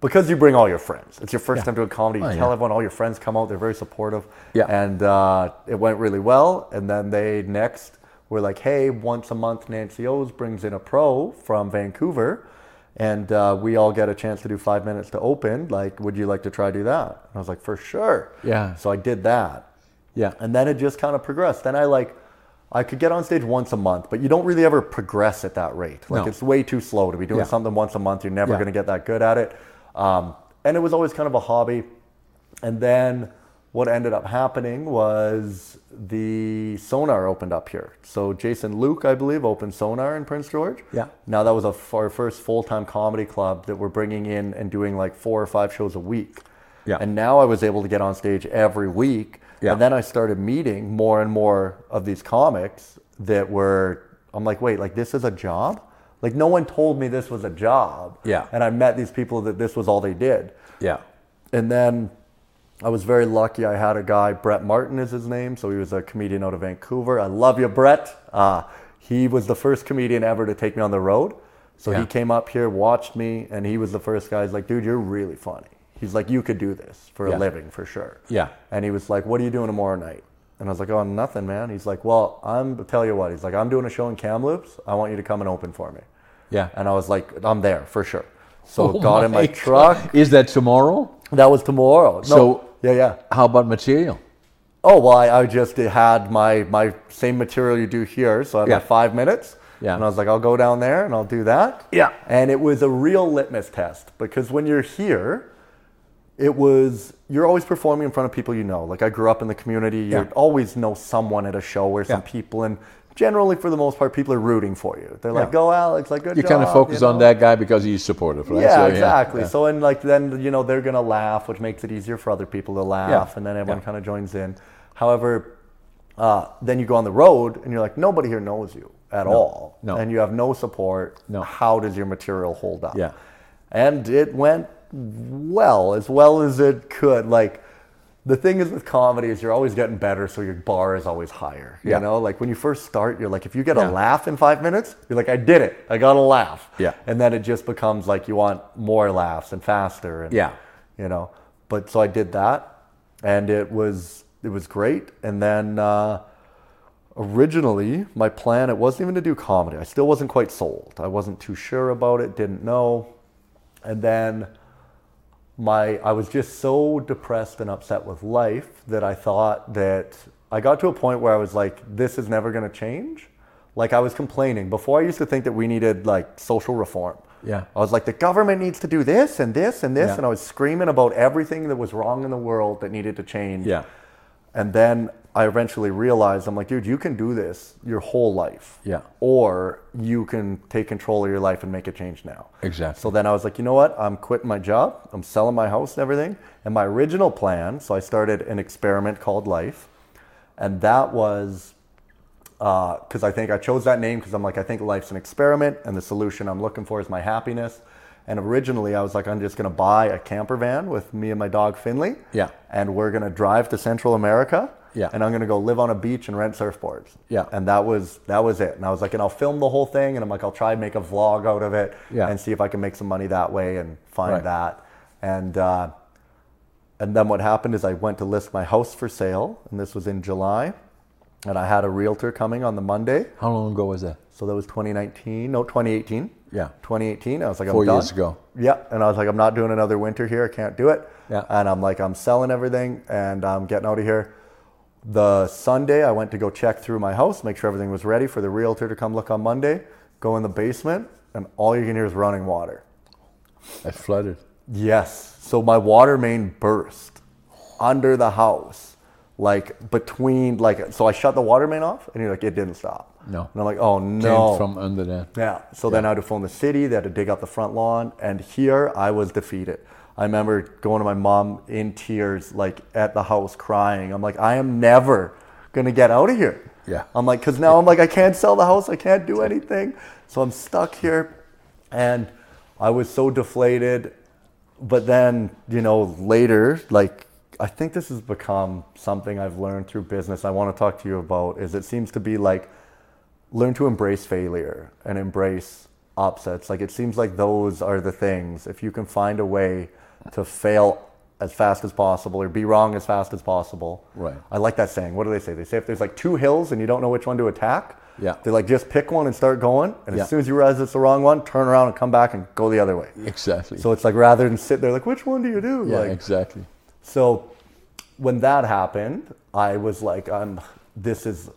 S2: because you bring all your friends. It's your first time doing comedy. You
S1: Oh,
S2: tell
S1: yeah.
S2: everyone all your friends come out. They're very supportive.
S1: Yeah.
S2: And uh, it went really well. And then they next were like, hey, once a month, Nancy O's brings in a pro from Vancouver. And uh, we all get a chance to do five minutes to open. Like, would you like to try do that? And I was like, for sure.
S1: Yeah.
S2: So I did that.
S1: Yeah.
S2: And then it just kind of progressed. Then I like, I could get on stage once a month, but you don't really ever progress at that rate. Like
S1: No.
S2: it's way too slow to be doing
S1: Yeah.
S2: something once a month. You're never
S1: Yeah.
S2: going to get that good at it. Um, and it was always kind of a hobby. And then what ended up happening was the sonar opened up here. So Jason Luke, I believe, opened sonar in Prince George.
S1: Yeah.
S2: Now that was a, our first full-time comedy club that we're bringing in and doing like four or five shows a week.
S1: Yeah.
S2: And now I was able to get on stage every week.
S1: Yeah.
S2: And then I started meeting more and more of these comics that were, I'm like, wait, like this is a job? Like no one told me this was a job.
S1: Yeah.
S2: And I met these people that this was all they did.
S1: Yeah.
S2: And then I was very lucky. I had a guy, Brett Martin is his name. So he was a comedian out of Vancouver. I love you, Brett. Uh, he was the first comedian ever to take me on the road. So
S1: Yeah.
S2: he came up here, watched me, and he was the first guy. He's like, dude, you're really funny. He's like, you could do this for
S1: Yeah.
S2: a living for sure.
S1: Yeah.
S2: And he was like, what are you doing tomorrow night? And I was like, oh, nothing, man. He's like, well, I'm tell you what. He's like, I'm doing a show in Kamloops. I want you to come and open for me.
S1: Yeah.
S2: And I was like, I'm there for sure. So
S1: Oh
S2: got in my
S1: God.
S2: truck.
S1: Is that tomorrow?
S2: That was tomorrow. No.
S1: So-
S2: yeah, yeah.
S1: How about material?
S2: Oh well, I, I just had my my same material you do here, so I had
S1: Yeah.
S2: my five minutes.
S1: Yeah.
S2: And I was like, I'll go down there and I'll do that.
S1: Yeah.
S2: And it was a real litmus test because when you're here, it was you're always performing in front of people you know. Like I grew up in the community, you
S1: Yeah.
S2: always know someone at a show or some
S1: Yeah.
S2: people, and generally for the most part, people are rooting for you. They're like,
S1: Yeah.
S2: "Go, Alex! Like good
S1: You
S2: job."
S1: kind of focus on
S2: know?
S1: that guy because he's supportive, right?
S2: Yeah,
S1: So,
S2: exactly.
S1: yeah.
S2: So and like then you know they're gonna laugh, which makes it easier for other people to laugh,
S1: Yeah.
S2: and then everyone
S1: Yeah.
S2: kind of joins in. However, uh, then you go on the road and you're like nobody here knows you at all,
S1: No.
S2: and you have no support.
S1: No.
S2: How does your material hold up?
S1: Yeah.
S2: and it went well as well as it could. Like the thing is with comedy is you're always getting better, so your bar is always higher. You
S1: Yeah.
S2: know, like when you first start, you're like if you get
S1: Yeah.
S2: a laugh in five minutes, you're like I did it, I got a laugh.
S1: Yeah.
S2: And then it just becomes like you want more laughs and faster and
S1: Yeah.
S2: you know. But so I did that and it was it was great. And then uh originally my plan it wasn't even to do comedy. I still wasn't quite sold. I wasn't too sure about it, didn't know. And then my I was just so depressed and upset with life that I thought that I got to a point where I was like, this is never going to change. Like I was complaining before. I used to think that we needed like social reform.
S1: Yeah.
S2: I was like, the government needs to do this and this and this,
S1: Yeah.
S2: and I was screaming about everything that was wrong in the world that needed to change.
S1: Yeah.
S2: And then I eventually realized I'm like, dude, you can do this your whole life.
S1: Yeah.
S2: Or you can take control of your life and make a change now.
S1: Exactly.
S2: So then I was like, you know what? I'm quitting my job. I'm selling my house and everything. And my original plan, so I started an experiment called Life. And that was because I think I chose that name because I'm like, I think life's an experiment and the solution I'm looking for is my happiness. And originally, I was like, I'm just going to buy a camper van with me and my dog Finley.
S1: Yeah.
S2: And we're going to drive to Central America.
S1: Yeah.
S2: And I'm going to go live on a beach and rent surfboards.
S1: Yeah.
S2: And that was that was it. And I was like, and I'll film the whole thing. And I'm like, I'll try and make a vlog out of it
S1: Yeah.
S2: and see if I can make some money that way and find
S1: Right.
S2: that. And uh, And then what happened is I went to list my house for sale, and this was in July. And I had a realtor coming on the Monday.
S1: How long ago was that?
S2: So that was 2019, no, 2018.
S1: Yeah.
S2: 2018. I was like,
S1: Four
S2: I'm done.
S1: years ago.
S2: Yeah. And I was like, I'm not doing another winter here. I can't do it.
S1: Yeah.
S2: And I'm like, I'm selling everything and I'm getting out of here. The Sunday, I went to go check through my house, make sure everything was ready for the realtor to come look on Monday. Go in the basement, and all you can hear is running water.
S1: I flooded.
S2: Yes. So my water main burst under the house, like between, like, so I shut the water main off, and you're like, it didn't stop.
S1: No.
S2: And I'm like, oh
S1: Came
S2: no.
S1: from under that.
S2: Yeah. So then I had to phone the city. They had to dig up the front lawn, and here I was defeated. I remember going to my mom in tears, like at the house, crying. I'm like, I am never gonna get out of here.
S1: Yeah.
S2: I'm like, because now I'm like, I can't sell the house. I can't do anything. So I'm stuck here, and I was so deflated. But then, you know, later, like. I think this has become something I've learned through business. I want to talk to you about is it seems to be like learn to embrace failure and embrace upsets. Like it seems like those are the things. If you can find a way to fail as fast as possible or be wrong as fast as possible.
S1: Right.
S2: I like that saying. What do they say? They say if there's like two hills and you don't know which one to attack,
S1: Yeah.
S2: they like just pick one and start going. And
S1: Yeah.
S2: as soon as you realize it's the wrong one, turn around and come back and go the other way.
S1: Exactly.
S2: So it's like rather than sit there like, which one do you do?
S1: yeah,
S2: like,
S1: exactly.
S2: so when that happened, I was like, I'm, this is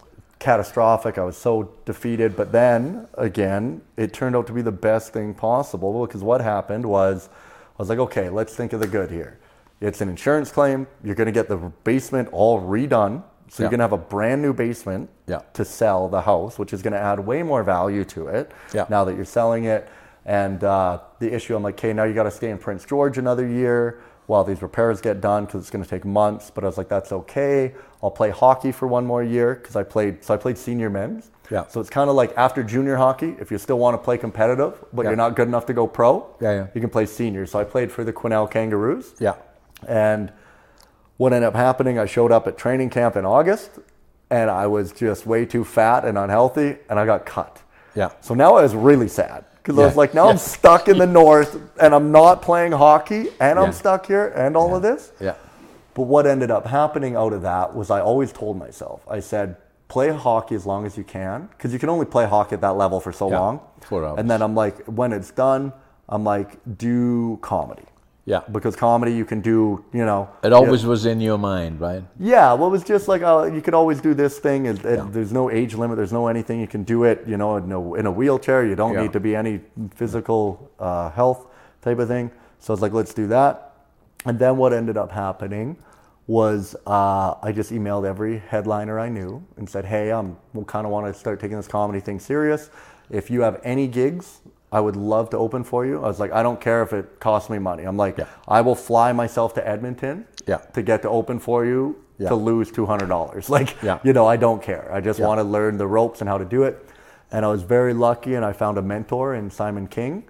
S2: catastrophic. I was so defeated. But then again, it turned out to be the best thing possible because what happened was I was like, okay, let's think of the good here. It's an insurance claim. You're going to get the basement all redone. So
S1: Yeah.
S2: you're going to have a brand new basement
S1: Yeah.
S2: to sell the house, which is going to add way more value to it
S1: Yeah.
S2: now that you're selling it. And uh, the issue, I'm like, okay, now you got to stay in Prince George another year while these repairs get done because it's going to take months. But I was like, that's okay. I'll play hockey for one more year because I played. So I played senior men's.
S1: Yeah.
S2: So it's kind of like after junior hockey, if you still want to play competitive, but
S1: Yeah.
S2: you're not good enough to go pro,
S1: Yeah, yeah.
S2: you can play senior. So I played for the Quinnell Kangaroos.
S1: Yeah.
S2: And what ended up happening, I showed up at training camp in August and I was just way too fat and unhealthy and I got cut.
S1: Yeah.
S2: So now I was really sad because I was
S1: Yeah.
S2: like, now
S1: Yeah.
S2: I'm stuck in the north and I'm not playing hockey and
S1: Yeah.
S2: I'm stuck here and all of this.
S1: Yeah.
S2: But what ended up happening out of that was I always told myself, I said, play hockey as long as you can, because you can only play hockey at that level for so
S1: Yeah,
S2: long.
S1: four hours.
S2: And then I'm like, when it's done, I'm like, do comedy.
S1: Yeah.
S2: Because comedy you can do, you know.
S1: It always was in your mind, right?
S2: Yeah, well, it was just like uh, you could always do this thing. And, and There's no age limit. There's no anything. You can do it, you know, in a, in a wheelchair. You don't
S1: Yeah.
S2: need to be any physical uh, health type of thing. So I was like, let's do that. And then what ended up happening was uh, I just emailed every headliner I knew and said, hey, I'm kind of want to start taking this comedy thing serious. If you have any gigs, I would love to open for you. I was like, I don't care if it costs me money. I'm like,
S1: Yeah.
S2: I will fly myself to Edmonton
S1: Yeah.
S2: to get to open for you
S1: Yeah.
S2: to lose $200. Like,
S1: Yeah.
S2: you know, I don't care. I just want to learn the ropes and how to do it. And I was very lucky and I found a mentor in Simon King.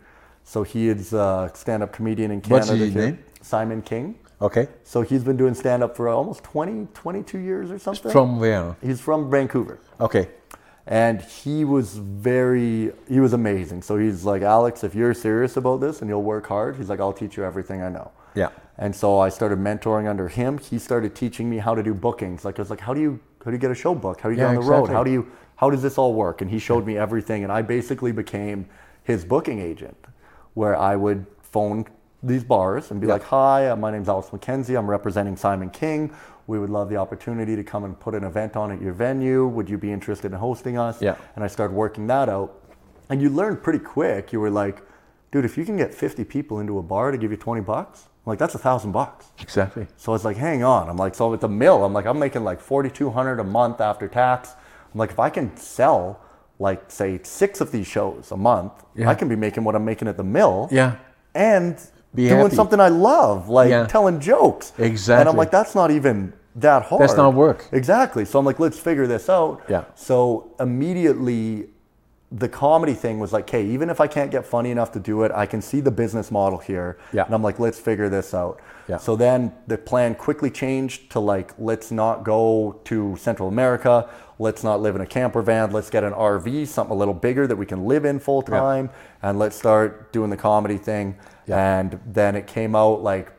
S2: So he is a stand up comedian in Canada.
S1: What's his
S2: here.
S1: name?
S2: Simon King.
S1: Okay.
S2: So he's been doing stand up for almost 20, 22 years or something.
S1: From where?
S2: he's from Vancouver
S1: Okay.
S2: and he was very he was amazing so he's like alex if you're serious about this and you'll work hard he's like i'll teach you everything i know
S1: Yeah.
S2: and so i started mentoring under him he started teaching me how to do bookings like i was like how do you how do you get a show book how do you
S1: Yeah,
S2: get on the road
S1: exactly.
S2: how do you how does this all work and he showed me everything and i basically became his booking agent where i would phone these bars and be like hi uh, my name's alex mckenzie i'm representing simon king we would love the opportunity to come and put an event on at your venue would you be interested in hosting us
S1: Yeah.
S2: and I started working that out. And you learned pretty quick. You were like, dude, if you can get 50 people into a bar to give you 20 bucks, I'm like, that's a thousand bucks.
S1: Exactly.
S2: So I was like, hang on. I'm like, so with the mill, I'm like, I'm making like 4,200 a month after tax. I'm like, if I can sell like, say, six of these shows a month,
S1: Yeah.
S2: I can be making what I'm making at the mill
S1: Yeah.
S2: and
S1: Be
S2: doing
S1: happy.
S2: something I love, like
S1: Yeah.
S2: telling jokes. And
S1: Exactly.
S2: I'm like, that's not even that hard.
S1: That's not work.
S2: Exactly. So I'm like, let's figure this out.
S1: Yeah.
S2: So immediately, the comedy thing was like, hey, even if I can't get funny enough to do it, I can see the business model here.
S1: Yeah.
S2: And I'm like, let's figure this out.
S1: Yeah.
S2: So then the plan quickly changed to like, let's not go to Central America. Let's not live in a camper van. Let's get an RV, something a little bigger that we can live in full time. And let's start doing the comedy thing.
S1: Yeah.
S2: And then it came out like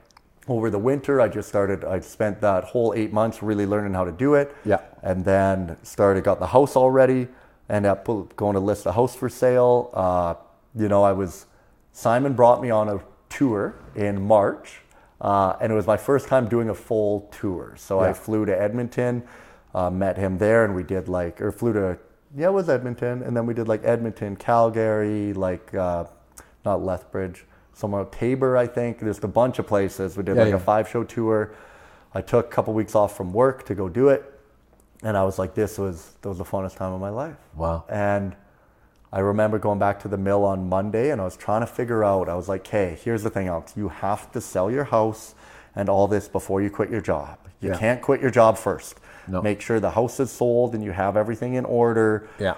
S2: over the winter i just started i spent that whole eight months really learning how to do it
S1: Yeah.
S2: and then started got the house already and up going to list the house for sale uh, you know i was simon brought me on a tour in march uh, and it was my first time doing a full tour so i
S1: Yeah.
S2: flew to edmonton uh, met him there and we did like or flew to yeah it was edmonton and then we did like edmonton calgary like uh, not lethbridge somewhere tabor i think there's a bunch of places we did
S1: Yeah,
S2: like
S1: yeah.
S2: a five show tour i took a couple weeks off from work to go do it and i was like this was that was the funnest time of my life
S1: Wow.
S2: and I remember going back to the mill on Monday and I was trying to figure out, I was like, hey, here's the thing, Alex. You have to sell your house and all this before you quit your job. You
S1: Yeah.
S2: can't quit your job first.
S1: No.
S2: Make sure the house is sold and you have everything in order.
S1: Yeah.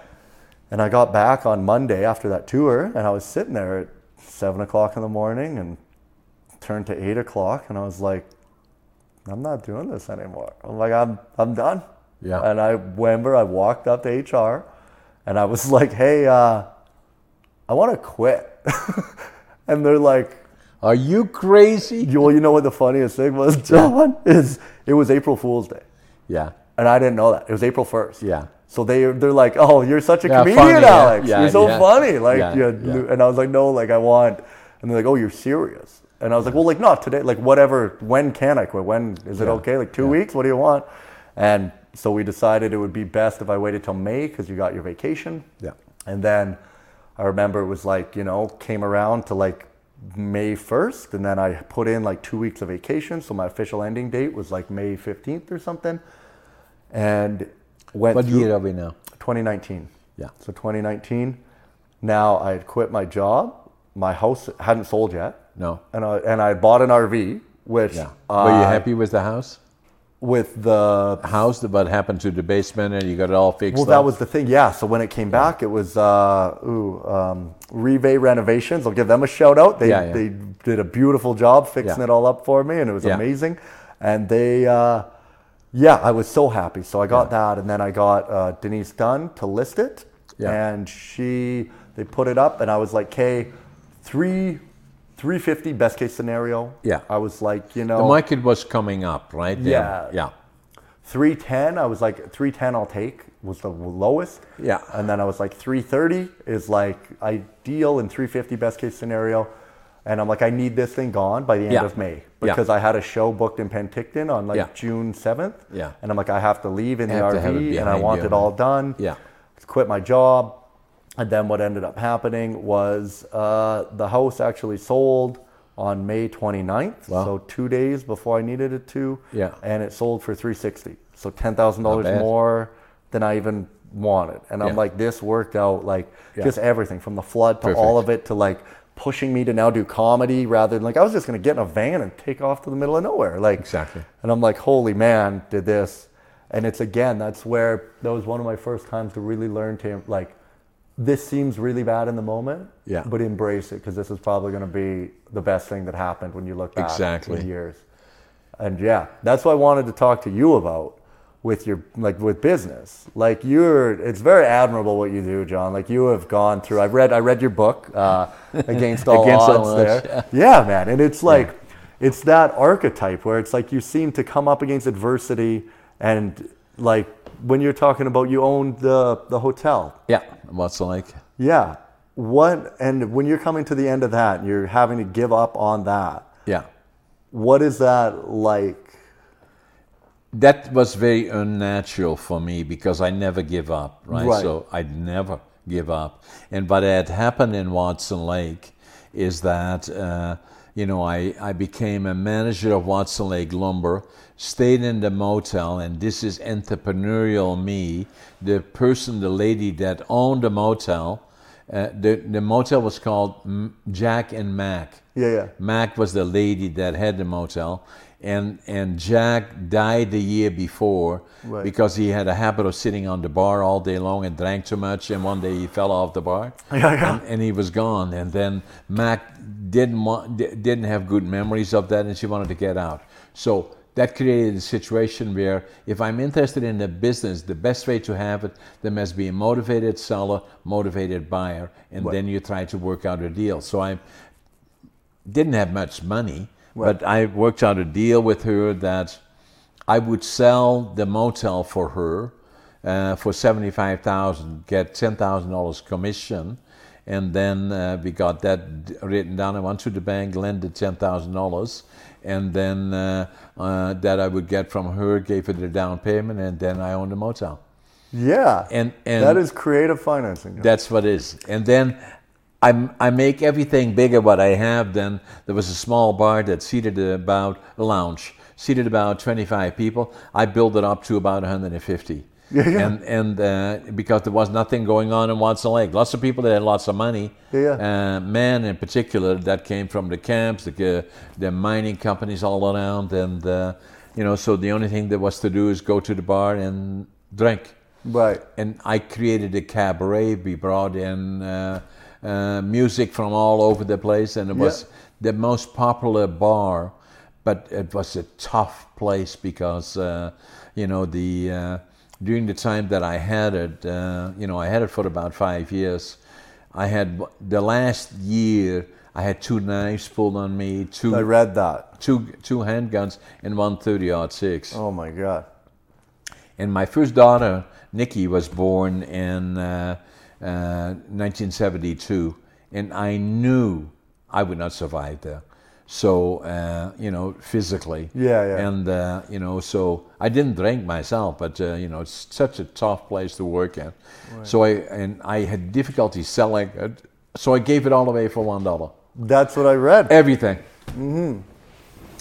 S2: And I got back on Monday after that tour, and I was sitting there at seven o'clock in the morning and turned to eight o'clock, and I was like, I'm not doing this anymore. I'm like, I'm, I'm done.
S1: Yeah.
S2: And I remember I walked up to HR and I was like, hey, uh, I want to quit. and they're like,
S1: Are you crazy?
S2: you, well, you know what the funniest thing was, John? Is it was April Fool's Day.
S1: Yeah.
S2: And I didn't know that. It was April 1st.
S1: Yeah.
S2: So they, they're like, oh, you're such a
S1: Yeah,
S2: comedian,
S1: funny, yeah,
S2: Alex.
S1: yeah,
S2: you're so
S1: yeah.
S2: funny. Like,
S1: Yeah,
S2: you-
S1: yeah.
S2: And I was like, no, like, I want. And they're like, oh, you're serious. And I was like, well, like, not today. Like, whatever. When can I quit? When is it okay? Like, two weeks? What do you want? And so we decided it would be best if I waited till May because you got your vacation.
S1: Yeah.
S2: And then I remember it was like, you know, came around to like May 1st. And then I put in like two weeks of vacation. So my official ending date was like May 15th or something. And went
S1: What
S2: through
S1: year are we now?
S2: 2019.
S1: Yeah.
S2: So 2019. Now I had quit my job. My house hadn't sold yet.
S1: No.
S2: And I, and I bought an RV, which
S1: Yeah. Were you
S2: I-
S1: happy with the house?
S2: with the
S1: House, the- what happened to the basement, and you got it all fixed
S2: Well,
S1: up?
S2: that was the thing, yeah. So when it came back, it was uh, ooh, um, Reve Renovations. I'll give them a shout out. They
S1: Yeah, yeah.
S2: they did a beautiful job fixing
S1: Yeah.
S2: it all up for me, and it was
S1: Yeah.
S2: amazing. And they, uh, yeah, I was so happy. So I got that, and then I got uh, Denise Dunn to list it,
S1: Yeah.
S2: and she they put it up, and I was like, "Hey, three, three fifty best case scenario."
S1: Yeah.
S2: I was like, you know,
S1: The market was coming up, right? Then.
S2: Yeah.
S1: Yeah.
S2: 310 i was like 310 i'll take was the lowest
S1: Yeah.
S2: and then i was like 330 is like ideal and 350 best case scenario and i'm like i need this thing gone by the end
S1: Yeah.
S2: of may
S1: Yeah.
S2: because i had a show booked in penticton on like
S1: Yeah.
S2: june 7th
S1: Yeah.
S2: and i'm like i have to leave in the
S1: Have to have it
S2: rv and i
S1: behind
S2: want
S1: you,
S2: it all
S1: man.
S2: done
S1: Yeah.
S2: quit my job and then what ended up happening was uh, the house actually sold on may 29th
S1: Wow.
S2: so two days before i needed it to
S1: Yeah.
S2: and it sold for 360 so $10000
S1: bad.
S2: more than i even wanted and i'm
S1: Yeah.
S2: like this worked out like
S1: Yeah.
S2: just everything from the flood to
S1: Perfect.
S2: all of it to like pushing me to now do comedy rather than like i was just going to get in a van and take off to the middle of nowhere like
S1: Exactly.
S2: and i'm like holy man did this and it's again that's where that was one of my first times to really learn to like this seems really bad in the moment
S1: Yeah.
S2: but embrace it because this is probably going to be the best thing that happened when you look back
S1: Exactly.
S2: in years and yeah, that's what I wanted to talk to you about with your like with business. Like you're, it's very admirable what you do, John. Like you have gone through. I read, I read your book, uh, Against All
S1: Against
S2: Odds.
S1: All Odds,
S2: there, yeah. man. And it's like, it's that archetype where it's like you seem to come up against adversity, and like when you're talking about you owned the the hotel,
S1: Yeah. What's like?
S2: yeah. What and when you're coming to the end of that, and you're having to give up on that.
S1: Yeah.
S2: What is that like?
S1: that was very unnatural for me because I never give up, right?
S2: Right.
S1: So I'd never give up. And what had happened in Watson Lake is that, uh, you know, I, I became a manager of Watson Lake Lumber, stayed in the motel, and this is entrepreneurial me. The person, the lady that owned the motel, uh, the, the motel was called M- Jack and Mac.
S2: Yeah, yeah.
S1: Mac was the lady that had the motel, and and Jack died the year before
S2: Right.
S1: because he had a habit of sitting on the bar all day long and drank too much, and one day he fell off the bar,
S2: Yeah, yeah.
S1: And, and he was gone. And then Mac didn't want, di- didn't have good memories of that, and she wanted to get out. So that created a situation where if I'm interested in the business, the best way to have it, there must be a motivated seller, motivated buyer, and then you try to work out a deal. So I didn't have much money, But I worked out a deal with her that I would sell the motel for her uh, for seventy-five thousand, get ten thousand dollars commission, and then uh, we got that d- written down. I went to the bank, lended ten thousand dollars, and then uh, uh, that I would get from her, gave her the down payment, and then I owned the motel.
S2: Yeah.
S1: And- and-
S2: that is creative financing.
S1: That's what it is. And then I, I make everything bigger what I have. Then there was a small bar that seated about a lounge, seated about 25 people. I built it up to about 150.
S2: Yeah, yeah.
S1: And and uh, because there was nothing going on in Watson Lake, lots of people that had lots of money.
S2: Yeah, yeah.
S1: Uh, men in particular that came from the camps, the uh, the mining companies all around, and uh, you know. So the only thing that was to do is go to the bar and drink
S2: Right.
S1: and I created a cabaret. We brought in uh, uh, music from all over the place, and it was the most popular bar. But it was a tough place because uh, you know the uh, during the time that I had it, uh, you know, I had it for about five years. I had the last year. I had two knives pulled on me, two
S2: I read that.
S1: two- two handguns, and one thirty odd six.
S2: Oh my God.
S1: And my first daughter, Nikki, was born in uh, uh, 1972, and I knew I would not survive there. So, uh, you know, physically.
S2: Yeah, yeah.
S1: And, uh, you know, so I didn't drink myself, but, uh, you know, it's such a tough place to work in. So I, and I had difficulty selling it. So I gave it all away for $1
S2: That's what I read.
S1: everything.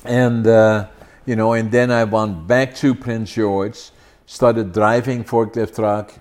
S1: And uh, you know, and then I went back to Prince George, started driving forklift truck.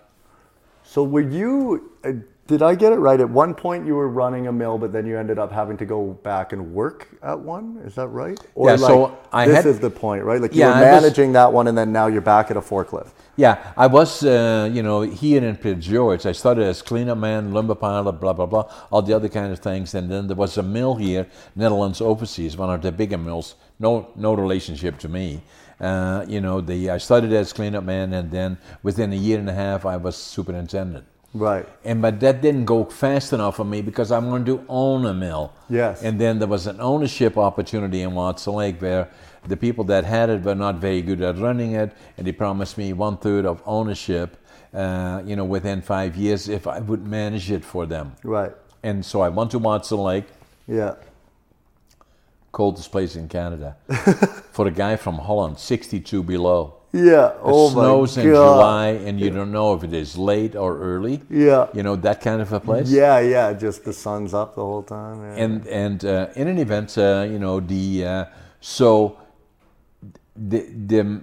S2: So were you? uh, Did I get it right? At one point, you were running a mill, but then you ended up having to go back and work at one. Is that right? Or
S1: Yeah, so I
S2: this
S1: had-
S2: is the point, right? Like you
S1: Yeah,
S2: were
S1: I was-
S2: managing that one, and then now you're back at a forklift.
S1: Yeah, I was, uh, you know, here in Prince George. I started as cleaner man, lumber pilot, blah blah blah, all the other kind of things. And then there was a mill here, Netherlands Overseas, one of the bigger mills. No, no relationship to me. Uh, you know, the I started as cleanup man, and then within a year and a half, I was superintendent.
S2: Right.
S1: And but that didn't go fast enough for me because I wanted to own a mill.
S2: Yes.
S1: And then there was an ownership opportunity in Watson Lake where the people that had it were not very good at running it, and they promised me one third of ownership, uh, you know, within five years if I would manage it for them.
S2: Right.
S1: And so I went to Watson Lake,
S2: Yeah.
S1: coldest place in Canada, for a guy from Holland, 62 below.
S2: Yeah.
S1: It
S2: oh
S1: snows
S2: my
S1: in
S2: God.
S1: July, and you don't know if it is late or early.
S2: Yeah.
S1: You know that kind of a place.
S2: Yeah. Yeah. Just the sun's up the whole time. Yeah.
S1: and and uh, in an event, uh, you know the uh, so the the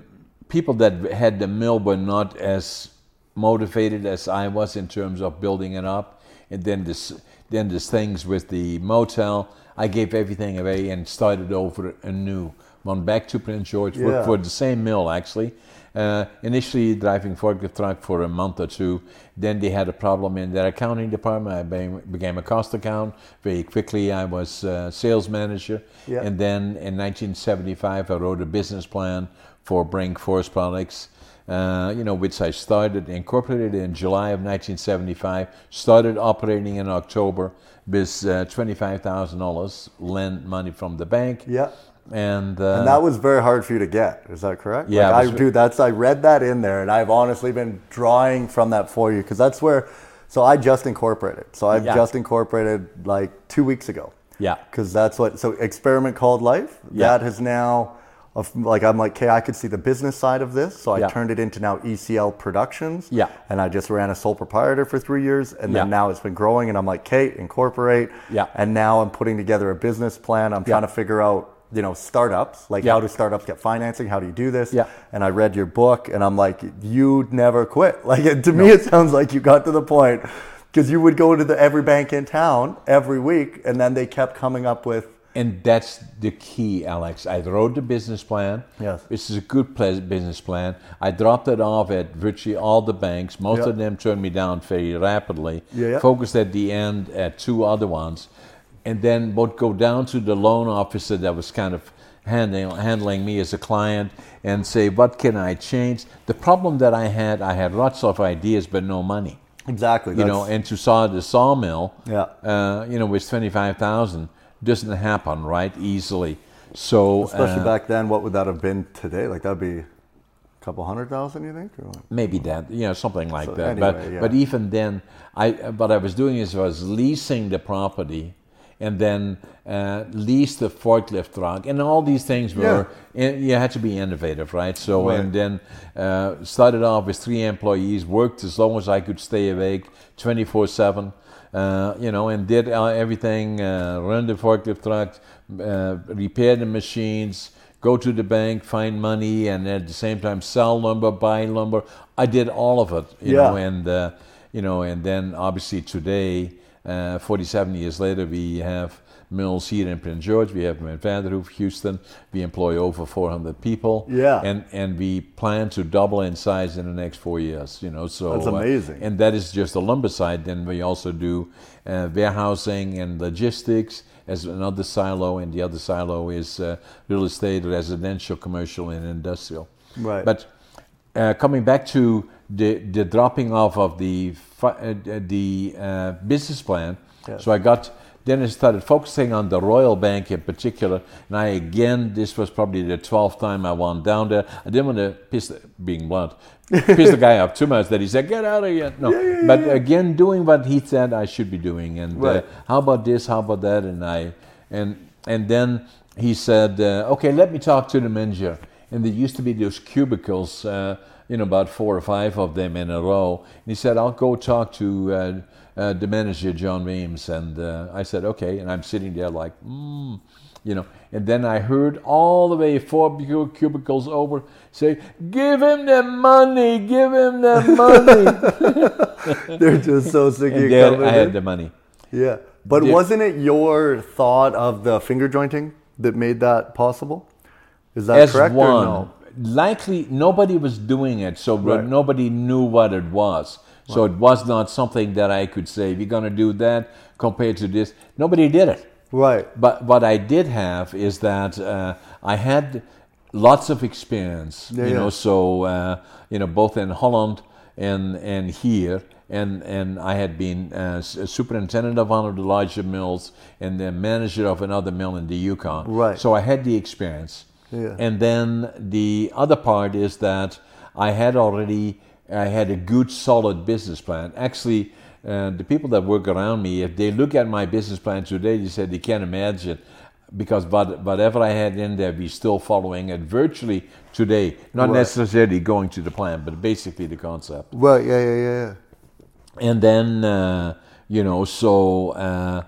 S1: people that had the mill were not as motivated as I was in terms of building it up, and then this then this things with the motel. I gave everything away and started over anew. Went back to Prince George, worked
S2: Yeah.
S1: for the same mill actually. Uh, initially driving forklift truck for a month or two, then they had a problem in their accounting department. I became, became a cost account very quickly. I was uh, sales manager,
S2: Yeah.
S1: and then in 1975 I wrote a business plan for Brink Forest Products. Uh, you know, which I started incorporated in July of 1975. Started operating in October with uh, twenty-five thousand dollars lend money from the bank.
S2: yeah.
S1: and, uh,
S2: And that was very hard for you to get. Is that correct?
S1: Yeah, it
S2: Like,
S1: was-
S2: I do. That's I read that in there, and I've honestly been drawing from that for you because that's where. So I just incorporated. So I've
S1: Yeah.
S2: just incorporated like two weeks ago.
S1: Yeah.
S2: Because that's what. So experiment called life.
S1: Yeah.
S2: That has now. of- Like I'm like, okay, I could see the business side of this, so I
S1: Yeah.
S2: turned it into now ECL Productions.
S1: Yeah.
S2: and I just ran a sole proprietor for three years, and then
S1: Yeah.
S2: now it's been growing, and I'm like, Kate, incorporate.
S1: Yeah.
S2: and now I'm putting together a business plan. I'm trying to figure out, you know, startups like
S1: Yeah.
S2: how do startups get financing? How do you do this?
S1: Yeah.
S2: And I read your book, and I'm like, you never quit. Like it, to me, it sounds like you got to the point because you would go to the every bank in town every week, and then they kept coming up with
S1: And that's the key, Alex. I wrote the business plan.
S2: Yes.
S1: This is a good pla- business plan. I dropped it off at virtually all the banks. Most
S2: Yeah.
S1: of them turned me down very rapidly.
S2: Yeah, yeah.
S1: Focused at the end at two other ones. And then would go down to the loan officer that was kind of handling, handling me as a client and say, What can I change? The problem that I had, I had lots of ideas, but no money
S2: exactly,
S1: you know, and to saw the sawmill,
S2: Yeah.
S1: uh, you know, was twenty five thousand doesn't happen right easily. So
S2: Especially
S1: uh,
S2: back then, what would that have been today? Like that'd be a couple hundred thousand, you think? Or what?
S1: maybe that you know something like that but
S2: anyway, yeah.
S1: but even then i what i was doing is i was leasing the property and then uh, lease the forklift truck and all these things were and you had to be innovative right so and then uh, started off with three employees worked as long as i could stay awake 24 7 uh, you know, and did uh, everything, uh, run the forklift truck, uh, repair the machines, go to the bank, find money, and at the same time sell lumber, buy lumber. I did all of it, you
S2: Yeah.
S1: know, and uh, you know, and then obviously today, uh, 47 years later, we have mills here in Prince George. We have them in Vanderhoof, Houston. We employ over 400 people.
S2: Yeah.
S1: and and we plan to double in size in the next four years. You know, so
S2: That's
S1: uh,
S2: amazing.
S1: and that is just the lumber side. Then we also do uh, warehousing and logistics as another silo, and the other silo is uh, real estate, residential, commercial, and industrial.
S2: Right.
S1: But uh, coming back to the, the dropping off of the fi- uh, the uh, business plan,
S2: Yes.
S1: so I got then I started focusing on the Royal Bank in particular, and I again this was probably the twelfth time I went down there. I didn't want to piss the, being blunt, piss the guy up too much that he said get out of here. No, but again doing what he said I should be doing, and uh,
S2: Right.
S1: how about this, how about that, and I and and then he said uh, okay, let me talk to the manager. And there used to be those cubicles, uh, you know, about four or five of them in a row. And he said, I'll go talk to uh, uh, the manager, John Weems. And uh, I said, okay. And I'm sitting there like, mm, you know. And then I heard all the way four cu- cubicles over say, give him the money, give him the money.
S2: They're just so sick of you
S1: and there
S2: coming
S1: I had
S2: in.
S1: the money.
S2: Yeah. But
S1: Yeah.
S2: wasn't it your thought of the finger jointing that made that possible? Is that
S1: as
S2: correct
S1: one.
S2: or no?
S1: Likely nobody was doing it, so but
S2: Right.
S1: nobody knew what it was. So it was not something that I could say, we're going to do that compared to this. Nobody did it.
S2: Right.
S1: But what I did have is that uh, I had lots of experience,
S2: Yeah,
S1: you know,
S2: yeah.
S1: so, uh, you know, both in Holland and, and here. And, and I had been uh, s- superintendent of one of the larger mills and the manager of another mill in the Yukon.
S2: Right.
S1: So I had the experience.
S2: Yeah.
S1: And then the other part is that I had already I had a good solid business plan. Actually, uh, the people that work around me, if they look at my business plan today, they said they can't imagine because what, whatever I had in there, we're still following it virtually today. Not
S2: Right.
S1: necessarily going to the plan, but basically the concept
S2: Right. Yeah. Yeah. Yeah. yeah.
S1: and then uh, you know so uh,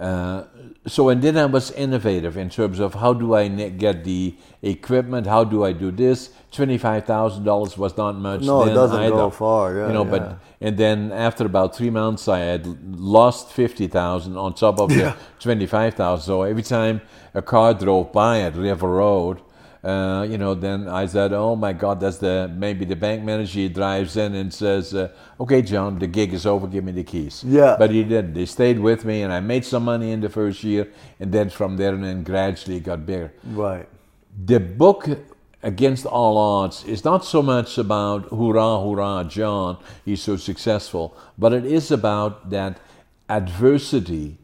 S1: uh, so and then I was innovative in terms of how do I ne- get the equipment how do I do this twenty five thousand dollars was not much
S2: No, it
S1: then
S2: doesn't
S1: either.
S2: go far, yeah,
S1: you know
S2: yeah.
S1: but and then after about three months I had l- lost fifty thousand on top of the twenty five thousand so every time a car drove by at River Road uh, you know, then I said, "Oh my God, that's the maybe the bank manager drives in and says, uh, okay, John, the gig is over. Give me the keys.'
S2: Yeah.
S1: but he didn't. They stayed with me, and I made some money in the first year, and then from there on in, gradually it got bigger.
S2: Right.
S1: The book against all odds is not so much about hurrah, hurrah, John, he's so successful, but it is about that adversity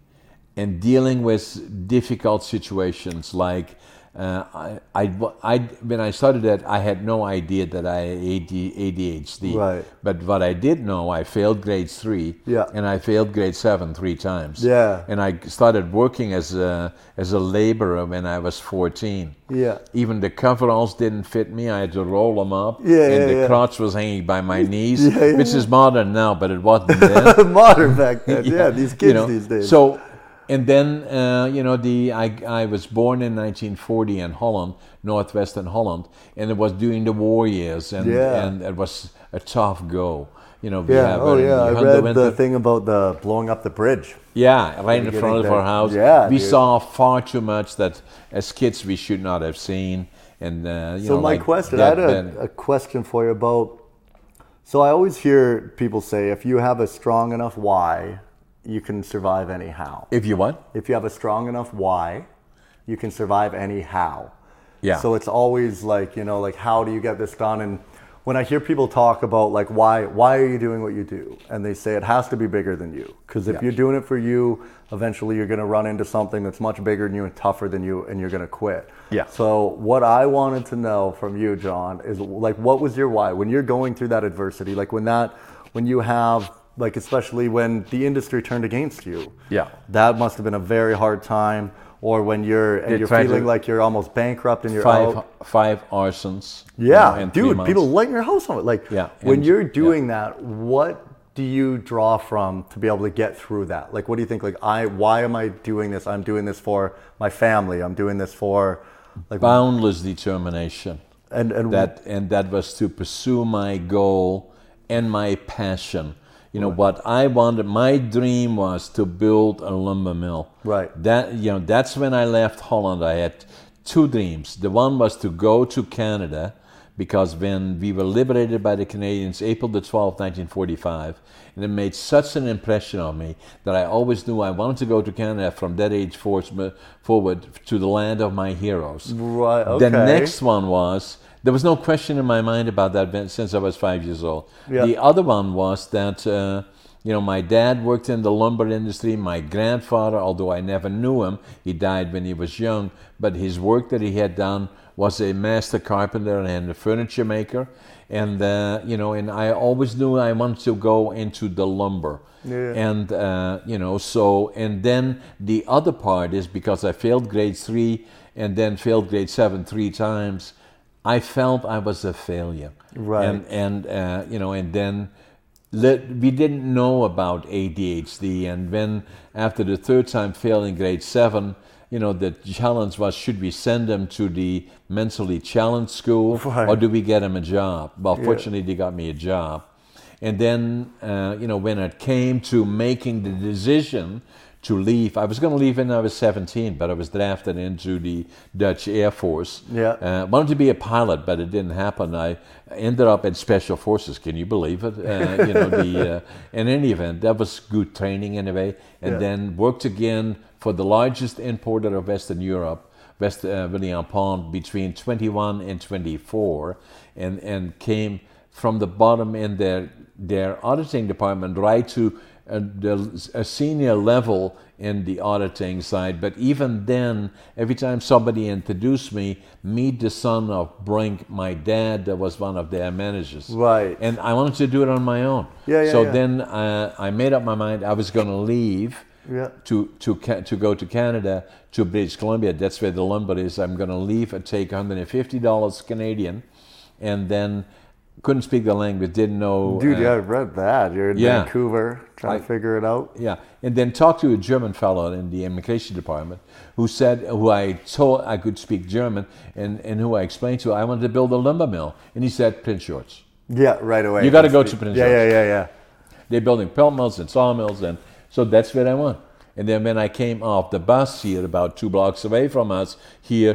S1: and dealing with difficult situations like uh, I, I, I, when I started that, I had no idea that I had ADHD.
S2: Right.
S1: But what I did know, I failed grade three,
S2: Yeah.
S1: and I failed grade seven three times.
S2: Yeah.
S1: And I started working as a, as a laborer when I was 14.
S2: Yeah.
S1: Even the coveralls didn't fit me. I had to roll them up.
S2: Yeah,
S1: and
S2: yeah,
S1: the
S2: yeah.
S1: crotch was hanging by my knees,
S2: Yeah, yeah,
S1: which is modern now, but it wasn't then.
S2: Modern back then. yeah. These
S1: you
S2: kids
S1: know.
S2: these days.
S1: So, and then uh, you know the I, I was born in 1940 in Holland, northwestern Holland, and it was during the war years, and
S2: Yeah.
S1: and it was a tough go. You know, we
S2: yeah.
S1: have,
S2: Oh
S1: uh,
S2: yeah. I
S1: Johan de
S2: read
S1: Winter-
S2: the thing about the blowing up the bridge.
S1: yeah, right in
S2: Getting
S1: front of
S2: that-
S1: our house.
S2: Yeah,
S1: we
S2: dude.
S1: saw far too much that as kids we should not have seen. And uh, you
S2: So
S1: know,
S2: my
S1: like
S2: question, I
S1: that
S2: had a,
S1: then-
S2: a question for you about. So I always hear people say, if you have a strong enough why, you can survive anyhow.
S1: if you want,
S2: If you have a strong enough why, you can survive anyhow.
S1: Yeah.
S2: So it's always like you know, like how do you get this done, and when I hear people talk about like why why are you doing what you do, and they say it has to be bigger than you, because if
S1: Yeah.
S2: you're doing it for you, eventually you're going to run into something that's much bigger than you and tougher than you, and you're going to quit.
S1: Yeah.
S2: So what I wanted to know from you, John, is like what was your why when you're going through that adversity, like when that when you have like especially when the industry turned against you.
S1: Yeah.
S2: That must have been a very hard time. Or when you're and
S1: They
S2: you're
S1: tried to-
S2: feeling like you're almost bankrupt and you're
S1: five
S2: out.
S1: five arsons. you know,
S2: Yeah,
S1: in three
S2: dude,
S1: months.
S2: people light your house on it. Like
S1: Yeah,
S2: when
S1: and-
S2: you're doing that, what do you draw from to be able to get through that? Like, what do you think? Like, I why am I doing this? I'm doing this for my family. I'm doing this for like
S1: boundless determination.
S2: and and
S1: that and that was to pursue my goal and my passion you know what i wanted my dream was to build a lumber mill
S2: Right.
S1: that you know that's when i left holland i had two dreams the one was to go to canada because when we were liberated by the canadians april the 12th 1945 and it made such an impression on me that i always knew i wanted to go to canada from that age forward forward to the land of my heroes
S2: right. Okay.
S1: the next one was there was no question in my mind about that when- since I was five years old.
S2: Yeah.
S1: The other one was that uh, you know my dad worked in the lumber industry. My grandfather, although I never knew him, he died when he was young. But his work that he had done was a master carpenter and a furniture maker, and uh, you know, and I always knew I wanted to go into the lumber.
S2: Yeah.
S1: And uh, you know, so and then the other part is because I failed grade three and then failed grade seven three times, I felt I was a failure.
S2: Right.
S1: And and uh, you know, and then let, we didn't know about ADHD. And when after the third time failing grade seven. You know, the challenge was should we send them to the mentally challenged school
S2: Right.
S1: or do we get them a job? Well, fortunately, they got me a job. And then, uh, you know, when it came to making the decision to leave, I was going to leave when I was 17, but I was drafted into the Dutch Air Force.
S2: Yeah.
S1: Uh, wanted to be a pilot, but it didn't happen. I ended up in Special Forces. Can you believe it? Uh, you know, the, uh, in any event, that was good training anyway. And
S2: Yeah.
S1: then worked again for the largest importer of Western Europe. West uh, William Pond between 21 and 24, and and came from the bottom in their their auditing department right to a, the, a senior level in the auditing side. But even then, every time somebody introduced me, meet the son of Brink, my dad, that was one of their managers.
S2: Right.
S1: And I wanted to do it on my own.
S2: Yeah, yeah,
S1: so
S2: yeah.
S1: then uh, I made up my mind I was going to leave
S2: Yeah.
S1: to to Ca- to go to Canada to British Columbia. That's where the lumber is. I'm going to leave and take 150 dollars Canadian, and then couldn't speak the language, didn't know.
S2: dude,
S1: uh,
S2: yeah, I read that. You're in
S1: yeah.
S2: Vancouver trying to
S1: I-
S2: figure it out.
S1: yeah, and then talked to a German fellow in the immigration department who said, who I told I could speak German, and, and who I explained to, I wanted to build a lumber mill, and he said, print shorts.
S2: Yeah, right away.
S1: You gotta go to Prince
S2: Yeah, yeah, yeah, yeah.
S1: They're building pelt mills and sawmills, and so that's where I went. And then when I came off the bus here, about two blocks away from us here,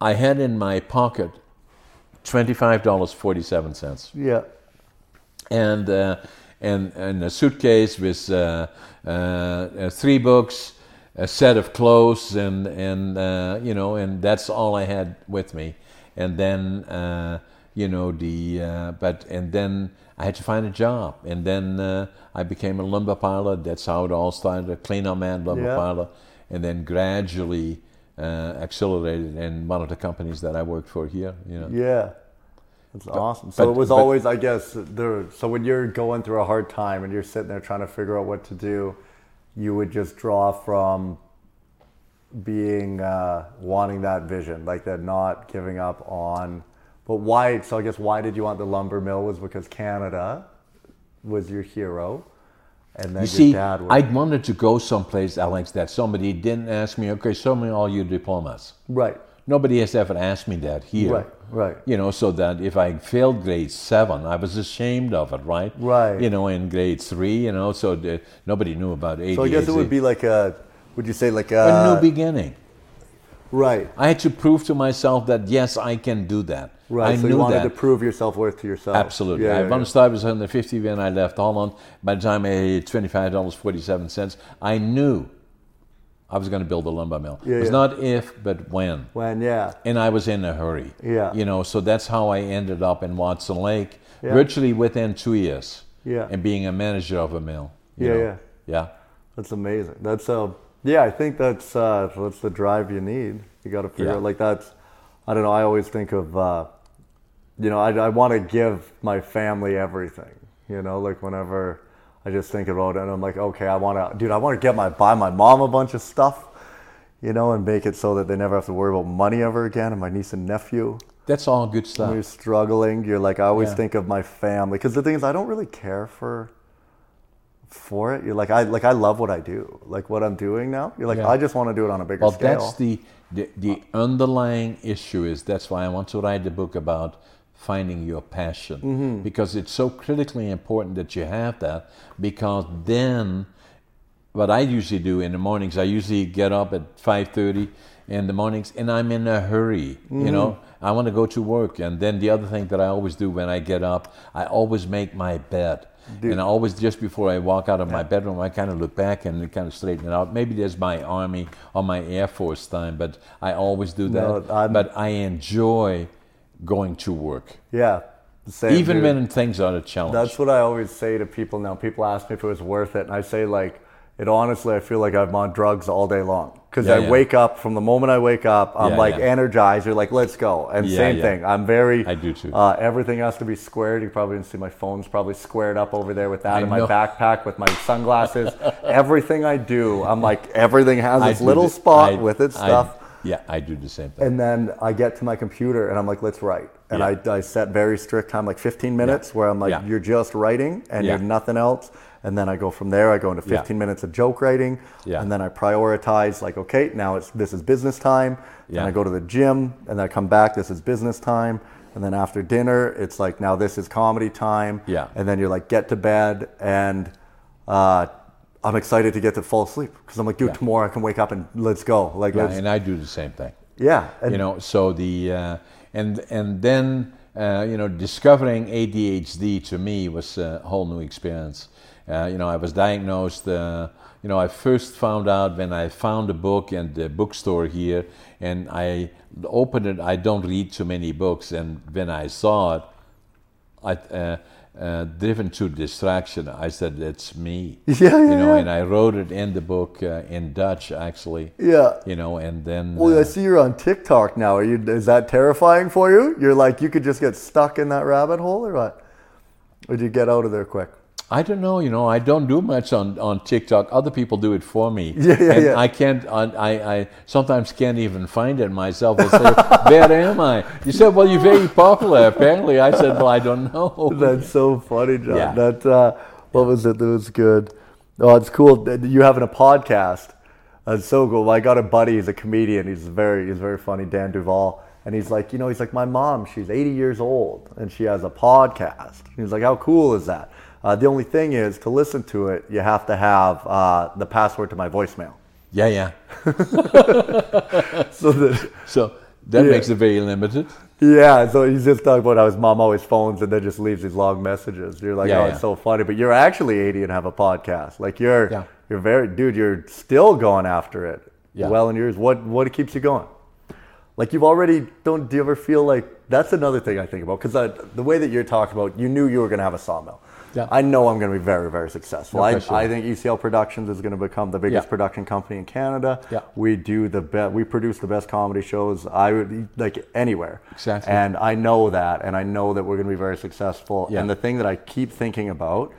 S1: I had in my pocket twenty-five dollars forty-seven cents,
S2: Yeah.
S1: and uh, and and a suitcase with uh, uh, uh, three books, a set of clothes, and and uh, you know, and that's all I had with me. And then uh, you know the uh, but and then I had to find a job, and then uh, I became a lumber pilot. That's how it all started: a cleaner man, lumber
S2: Yeah.
S1: pilot, and then gradually. Uh, accelerated in one of the companies that I worked for here. You know,
S2: Yeah. That's awesome. So
S1: but-
S2: it was
S1: but-
S2: always, I guess, there. So when you're going through a hard time and you're sitting there trying to figure out what to do, you would just draw from being uh, wanting that vision, like that, not giving up on. But why? So I guess why did you want the lumber mill was because Canada was your hero, and then
S1: You
S2: your
S1: see,
S2: dad was
S1: I wanted to go someplace, Alex, that somebody didn't ask me, okay, show me all your diplomas.
S2: right,
S1: Nobody has ever asked me that here.
S2: right, right.
S1: You know, so that if I failed grade seven, I was ashamed of it, right?
S2: Right.
S1: You know, in grade three, you know, so the, nobody knew about ADHD.
S2: So I guess it would be like a. Would you say like
S1: a
S2: a,
S1: new beginning.
S2: right?
S1: I had to prove to myself that, yes, I can do that.
S2: Right.
S1: I
S2: so
S1: knew
S2: you wanted
S1: that.
S2: to prove your self worth to yourself.
S1: Absolutely.
S2: Oh, Yeah,
S1: I
S2: yeah,
S1: wanted
S2: yeah.
S1: to start with 150 when I left Holland. By the time I had $25.47, I knew I was going to build a lumber mill.
S2: Yeah,
S1: it was
S2: yeah.
S1: not if, but when.
S2: When, yeah.
S1: And I was in a hurry.
S2: Yeah.
S1: You know, so that's how I ended up in Watson Lake
S2: Yeah.
S1: virtually within two years.
S2: Yeah.
S1: And being a manager of a mill. you
S2: Yeah,
S1: know.
S2: yeah.
S1: Yeah.
S2: That's amazing. That's uh yeah, I think that's uh that's the drive you need. You gotta figure
S1: Yeah.
S2: out like that's I don't know, I always think of uh you know, I I wanna give my family everything. You know, like whenever I just think about it and I'm like, okay, I wanna dude, I wanna get my buy my mom a bunch of stuff, you know, and make it so that they never have to worry about money ever again and my niece and nephew.
S1: That's all good
S2: When
S1: stuff.
S2: you're struggling, you're like, I always
S1: Yeah.
S2: think of my family. Because the thing is, I don't really care for for it. You're like, I like, I love what I do, like what I'm doing now. You're like,
S1: Yeah.
S2: I just want to do it on a bigger
S1: Well,
S2: scale.
S1: that's the, the the underlying issue is that's why I want to write the book about finding your passion
S2: Mm-hmm.
S1: because it's so critically important that you have that because then what I usually do in the mornings I usually get up at 5:30 in the mornings and I'm in a hurry
S2: Mm-hmm.
S1: you know I want to go to work and then the other thing that I always do when I get up I always make my bed and I always just before I walk out of my bedroom I kind of look back and kind of straighten it out maybe there's my army or my air force time but I always do that
S2: No, I'm-
S1: but I enjoy going to work
S2: yeah, same,
S1: even
S2: dude.
S1: when things are a challenge
S2: That's what I always say to people now. People ask me if it was worth it, and I say like, it honestly, I feel like I'm on drugs all day long because
S1: Yeah,
S2: I
S1: yeah.
S2: wake up from the moment I wake up, I'm
S1: Yeah,
S2: like
S1: yeah.
S2: energized. You're like, let's go, and
S1: Yeah,
S2: same
S1: yeah.
S2: thing. I'm very.
S1: I do too.
S2: Uh, everything has to be squared. You probably didn't see my phone's probably squared up over there with that
S1: I
S2: in my
S1: know.
S2: backpack with my sunglasses. everything I do, I'm like, everything has
S1: I
S2: its
S1: do
S2: little
S1: the-
S2: spot
S1: I-
S2: with its
S1: I-
S2: stuff.
S1: yeah I do the same thing
S2: And then I get to my computer and I'm like, let's write. And
S1: Yeah.
S2: I, I set very strict time, like 15 minutes, where I'm like,
S1: Yeah.
S2: you're just writing and
S1: Yeah.
S2: you're nothing else. And then I go from there. I go into
S1: Yeah.
S2: 15 minutes of joke writing.
S1: Yeah.
S2: And then I prioritize, like, okay, now it's this is business time.
S1: Yeah.
S2: Then I go to the gym and then I come back. This is business time. And then after dinner, it's like, now this is comedy time.
S1: Yeah.
S2: And then you're like, get to bed. And uh, I'm excited to get to fall asleep because I'm like, dude, tomorrow I can wake up and let's go. Like,
S1: Yeah,
S2: let's,
S1: and I do the same thing.
S2: yeah. And
S1: you know, so the uh, and and then uh, you know, discovering ADHD to me was a whole new experience. Uh, you know, I was diagnosed. Uh, you know, I first found out when I found a book in the bookstore here, and I opened it. I don't read too many books, and when I saw it, I, uh, uh, driven to distraction, I said, "It's me."
S2: Yeah,
S1: you
S2: yeah,
S1: know,
S2: yeah.
S1: and I wrote it in the book uh, in Dutch, actually.
S2: Yeah.
S1: You know, and then
S2: Well,
S1: uh,
S2: I see you're on TikTok now. Are you, is that terrifying for you? You're like, you could just get stuck in that rabbit hole or what? Would you get out of there quick?
S1: I don't know. You know, I don't do much on, on TikTok. Other people do it for me.
S2: Yeah, yeah,
S1: and
S2: yeah.
S1: I can't. I, I, I sometimes can't even find it myself. I say, "Where am I?" You said, "Well, you're very popular." Apparently, I said, "Well, I don't know."
S2: That's so funny, John.
S1: Yeah.
S2: That, uh, what was it? That was good. Oh, it's cool. that You having a podcast. That's so cool. Well, I got a buddy. He's a comedian. He's very, he's very funny, Dan Duval. And he's like, you know, he's like, my mom, she's 80 years old and she has a podcast. He's like, how cool is that? Uh, the only thing is to listen to it, you have to have uh, the password to my voicemail.
S1: Yeah, yeah.
S2: So that,
S1: So that
S2: Yeah.
S1: makes it very limited.
S2: yeah, so he's just talking about how his mom always phones and then just leaves these long messages. You're like,
S1: Yeah,
S2: oh,
S1: yeah.
S2: it's so funny, but you're actually 80 and have a podcast. Like you're,
S1: Yeah.
S2: you're very, dude, you're still going after it.
S1: Yeah.
S2: Well in yours, what what keeps you going? Like you've already don't do you ever feel like that's another thing I think about because the way that you're talking about, you knew you were going to have a sawmill.
S1: Yeah.
S2: I know I'm going to be very very successful.
S1: No
S2: I,
S1: question.
S2: I think ECL Productions is going to become the biggest
S1: Yeah.
S2: production company in Canada.
S1: Yeah.
S2: We do the best. We produce the best comedy shows. I would like anywhere.
S1: Exactly.
S2: And I know that, and I know that we're going to be very successful.
S1: Yeah.
S2: And the thing that I keep thinking about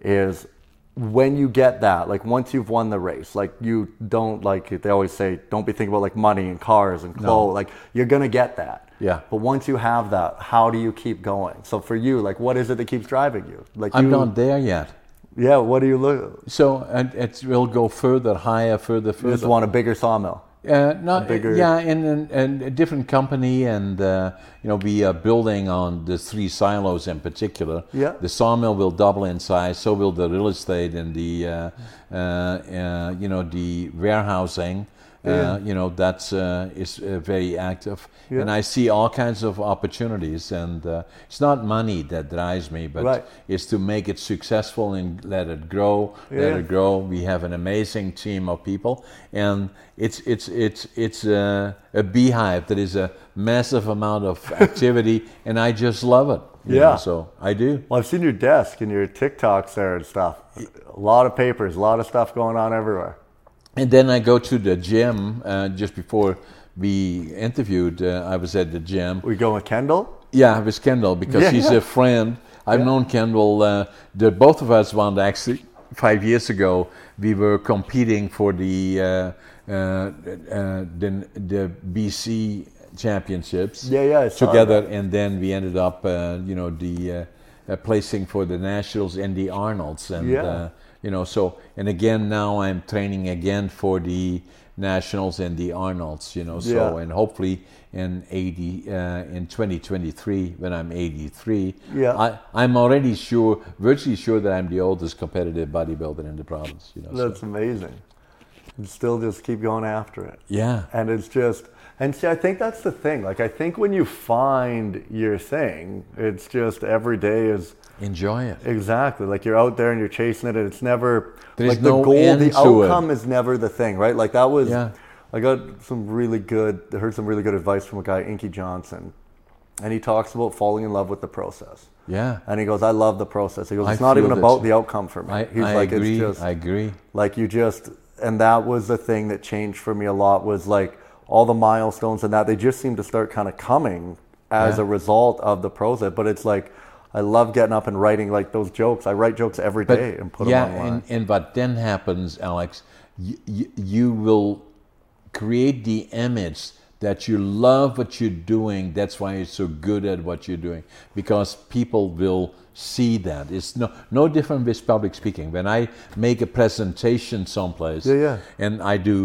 S2: is when you get that, like once you've won the race, like you don't like they always say, don't be thinking about like money and cars and clothes. Like you're going to get that.
S1: Yeah.
S2: But once you have that, how do you keep going? So for you, like what is it that keeps driving you? Like
S1: I'm
S2: you,
S1: not there yet.
S2: Yeah. What do you look?
S1: So and it will go further, higher, further,
S2: You
S1: further.
S2: just want a bigger sawmill.
S1: Uh, not
S2: bigger-
S1: yeah, and, and and a different company, and uh, you know we are building on the three silos in particular.
S2: Yeah.
S1: the sawmill will double in size, so will the real estate and the uh, uh, uh, you know the warehousing. Uh, you know that's uh, is uh, very active,
S2: Yeah.
S1: and I see all kinds of opportunities. And uh, it's not money that drives me, but
S2: Right.
S1: it's to make it successful and let it grow, let
S2: Yeah.
S1: it grow. We have an amazing team of people, and it's it's it's it's a, a beehive that is a massive amount of activity, and I just love it. you
S2: Yeah.
S1: know, so I do.
S2: Well, I've seen your desk and your TikToks there and stuff. A lot of papers, a lot of stuff going on everywhere.
S1: And then I go to the gym uh, just before we interviewed. Uh, I was at the gym.
S2: We go with Kendall.
S1: Yeah, with Kendall because
S2: Yeah.
S1: he's a friend. I've known Kendall. Uh, the both of us won actually five years ago. We were competing for the uh, uh, uh, the, the BC championships.
S2: Yeah, yeah, I saw
S1: together, and then we ended up, uh, you know, the uh, uh, placing for the nationals and the Arnold's, and
S2: Yeah.
S1: uh, you know, so and again now I'm training again for the nationals and the Arnold's, you know, so
S2: Yeah.
S1: and hopefully in 80 uh, in 2023 when i'm 83
S2: Yeah.
S1: I, i'm already sure virtually sure that i'm the oldest competitive bodybuilder in the province you know so-
S2: That's amazing. And still just keep going after it.
S1: yeah
S2: And it's just, and see, I think that's the thing. Like, I think when you find your thing, it's just every day is
S1: enjoy it
S2: exactly like you're out there and you're chasing it, and it's never
S1: There's
S2: like the
S1: no
S2: goal,
S1: end
S2: the
S1: to it.
S2: outcome is never the thing, right? Like, that was,
S1: Yeah.
S2: I got some really good, I heard some really good advice from a guy, Inky Johnson, and he talks about falling in love with the process.
S1: yeah
S2: And he goes, I love the process. He goes,
S1: I
S2: it's not even
S1: feel that.
S2: about the outcome for me.
S1: i,
S2: He's
S1: I
S2: like,
S1: agree
S2: it's just,
S1: i agree
S2: like you just and that was the thing that changed for me a lot was like all the milestones and that they just seem to start kind of coming as
S1: Yeah.
S2: a result of the process but it's like i love getting up and writing like those jokes i write jokes every day and put
S1: yeah,
S2: them online
S1: and, and what then happens, Alex, you, you, you will create the image that you love what you're doing. That's why you're so good at what you're doing because people will see that. It's no no different with public speaking. When I make a presentation someplace,
S2: Yeah, yeah.
S1: and I do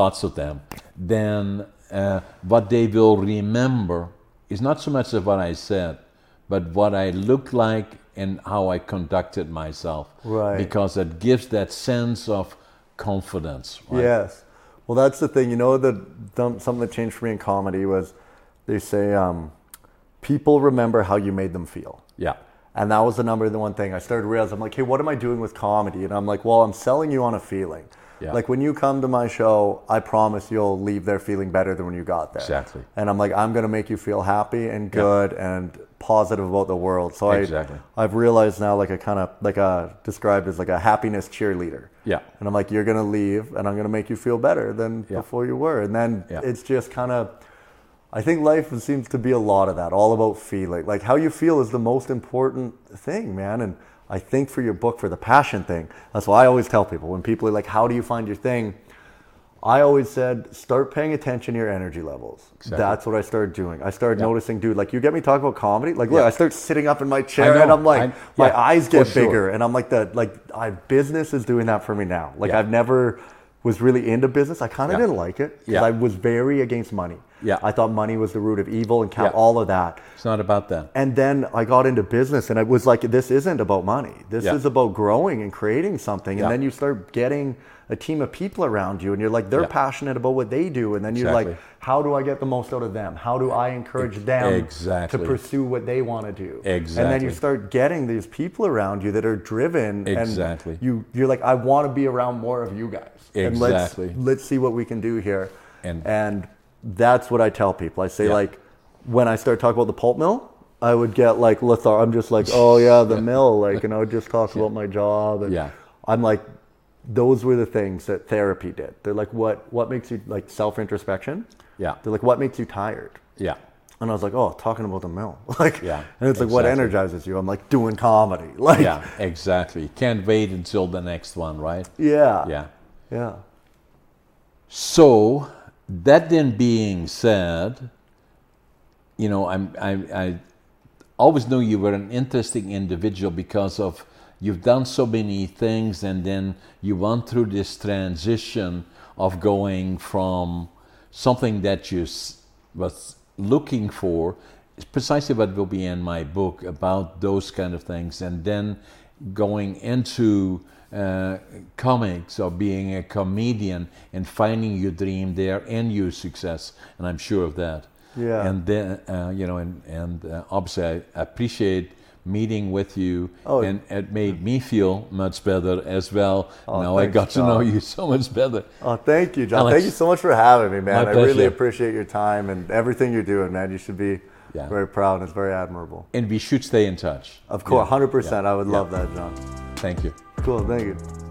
S1: lots of them, then uh, what they will remember is not so much of what I said, but what I looked like and how I conducted myself.
S2: Right.
S1: Because it gives that sense of confidence. right?
S2: Yes. Well, that's the thing. You know, the dumb- something that changed for me in comedy was they say um, people remember how you made them feel.
S1: Yeah.
S2: And that was the number the one thing I started to realize. I'm like, hey, what am I doing with comedy? And I'm like, well, I'm selling you on a feeling.
S1: Yeah.
S2: Like when you come to my show, I promise you'll leave there feeling better than when you got there.
S1: Exactly.
S2: And I'm like, I'm gonna make you feel happy and good and positive about the world. So I,
S1: Exactly.
S2: I've realized now, like I kind of like a described as like a happiness cheerleader.
S1: Yeah.
S2: And I'm like, you're gonna leave, and I'm gonna make you feel better than
S1: Yeah.
S2: before you were. And then
S1: Yeah.
S2: it's just kind of I think life seems to be a lot of that, all about feeling. Like how you feel is the most important thing, man. And I think for your book, for the passion thing, that's why I always tell people when people are like, how do you find your thing? I always said, start paying attention to your energy levels. That's what I started doing. I started noticing, dude, like you get me talking about comedy. Like, look,
S1: Yeah.
S2: I start sitting up in my chair and
S1: know.
S2: I'm like,
S1: I-
S2: my
S1: yeah,
S2: eyes
S1: for
S2: get
S1: sure.
S2: bigger. And I'm like, the, like, I, business is doing that for me now. Like,
S1: Yeah.
S2: I've never was really into business. I kind of
S1: Yeah.
S2: didn't like it because
S1: Yeah.
S2: I was very against money.
S1: Yeah.
S2: I thought money was the root of evil and cap-
S1: Yeah.
S2: all of that.
S1: It's not about that.
S2: And then I got into business and I was like, this isn't about money. This
S1: Yeah.
S2: is about growing and creating something. And
S1: Yeah.
S2: then you start getting a team of people around you and you're like, they're
S1: Yeah.
S2: passionate about what they do. And then you're like,
S1: Exactly.
S2: how do I get the most out of them? How do I encourage them
S1: exactly.
S2: to pursue what they want to do? And then
S1: Exactly.
S2: you start getting these people around you that are driven.
S1: Exactly.
S2: And you, you're like, I want to be around more of you guys. And let's,
S1: Exactly.
S2: let's see what we can do here.
S1: And-
S2: and that's what I tell people. I say,
S1: Yeah.
S2: like, when I started talking about the pulp mill, I would get like lethar. I'm just like, oh yeah, the mill, like, and I would just talk about my job. And
S1: Yeah.
S2: I'm like, those were the things that therapy did. They're like, what what makes you like self introspection?
S1: Yeah.
S2: They're like, what makes you tired?
S1: Yeah.
S2: And I was like, oh, talking about the mill, like,
S1: Yeah,
S2: And it's like, what
S1: exactly.
S2: energizes you? I'm like, doing comedy, like,
S1: Yeah, exactly. Can't wait until the next one, right?
S2: yeah,
S1: Yeah.
S2: yeah.
S1: So that then being said, you know, I'm, I, I always knew you were an interesting individual because of you've done so many things, and then you went through this transition of going from something that you s- was looking for, it's precisely what will be in my book about those kind of things, and then going into uh, comics or being a comedian and finding your dream there and your success, and I'm sure of that.
S2: Yeah.
S1: And then uh, you know, and and uh, obviously I appreciate meeting with you,
S2: Oh.
S1: and it made me feel much better as well. now I
S2: Oh, thanks,
S1: got to know
S2: John.
S1: you so much better.
S2: Oh, thank you, John.
S1: Alex.
S2: Thank you so much for having me, man.
S1: My
S2: I really
S1: pleasure.
S2: appreciate your time and everything you're doing, man. You should be
S1: Yeah.
S2: very proud. and It's very admirable.
S1: And we should stay in touch.
S2: Of course, 100%. I would love that, John.
S1: Thank you.
S2: Cool. Thank you.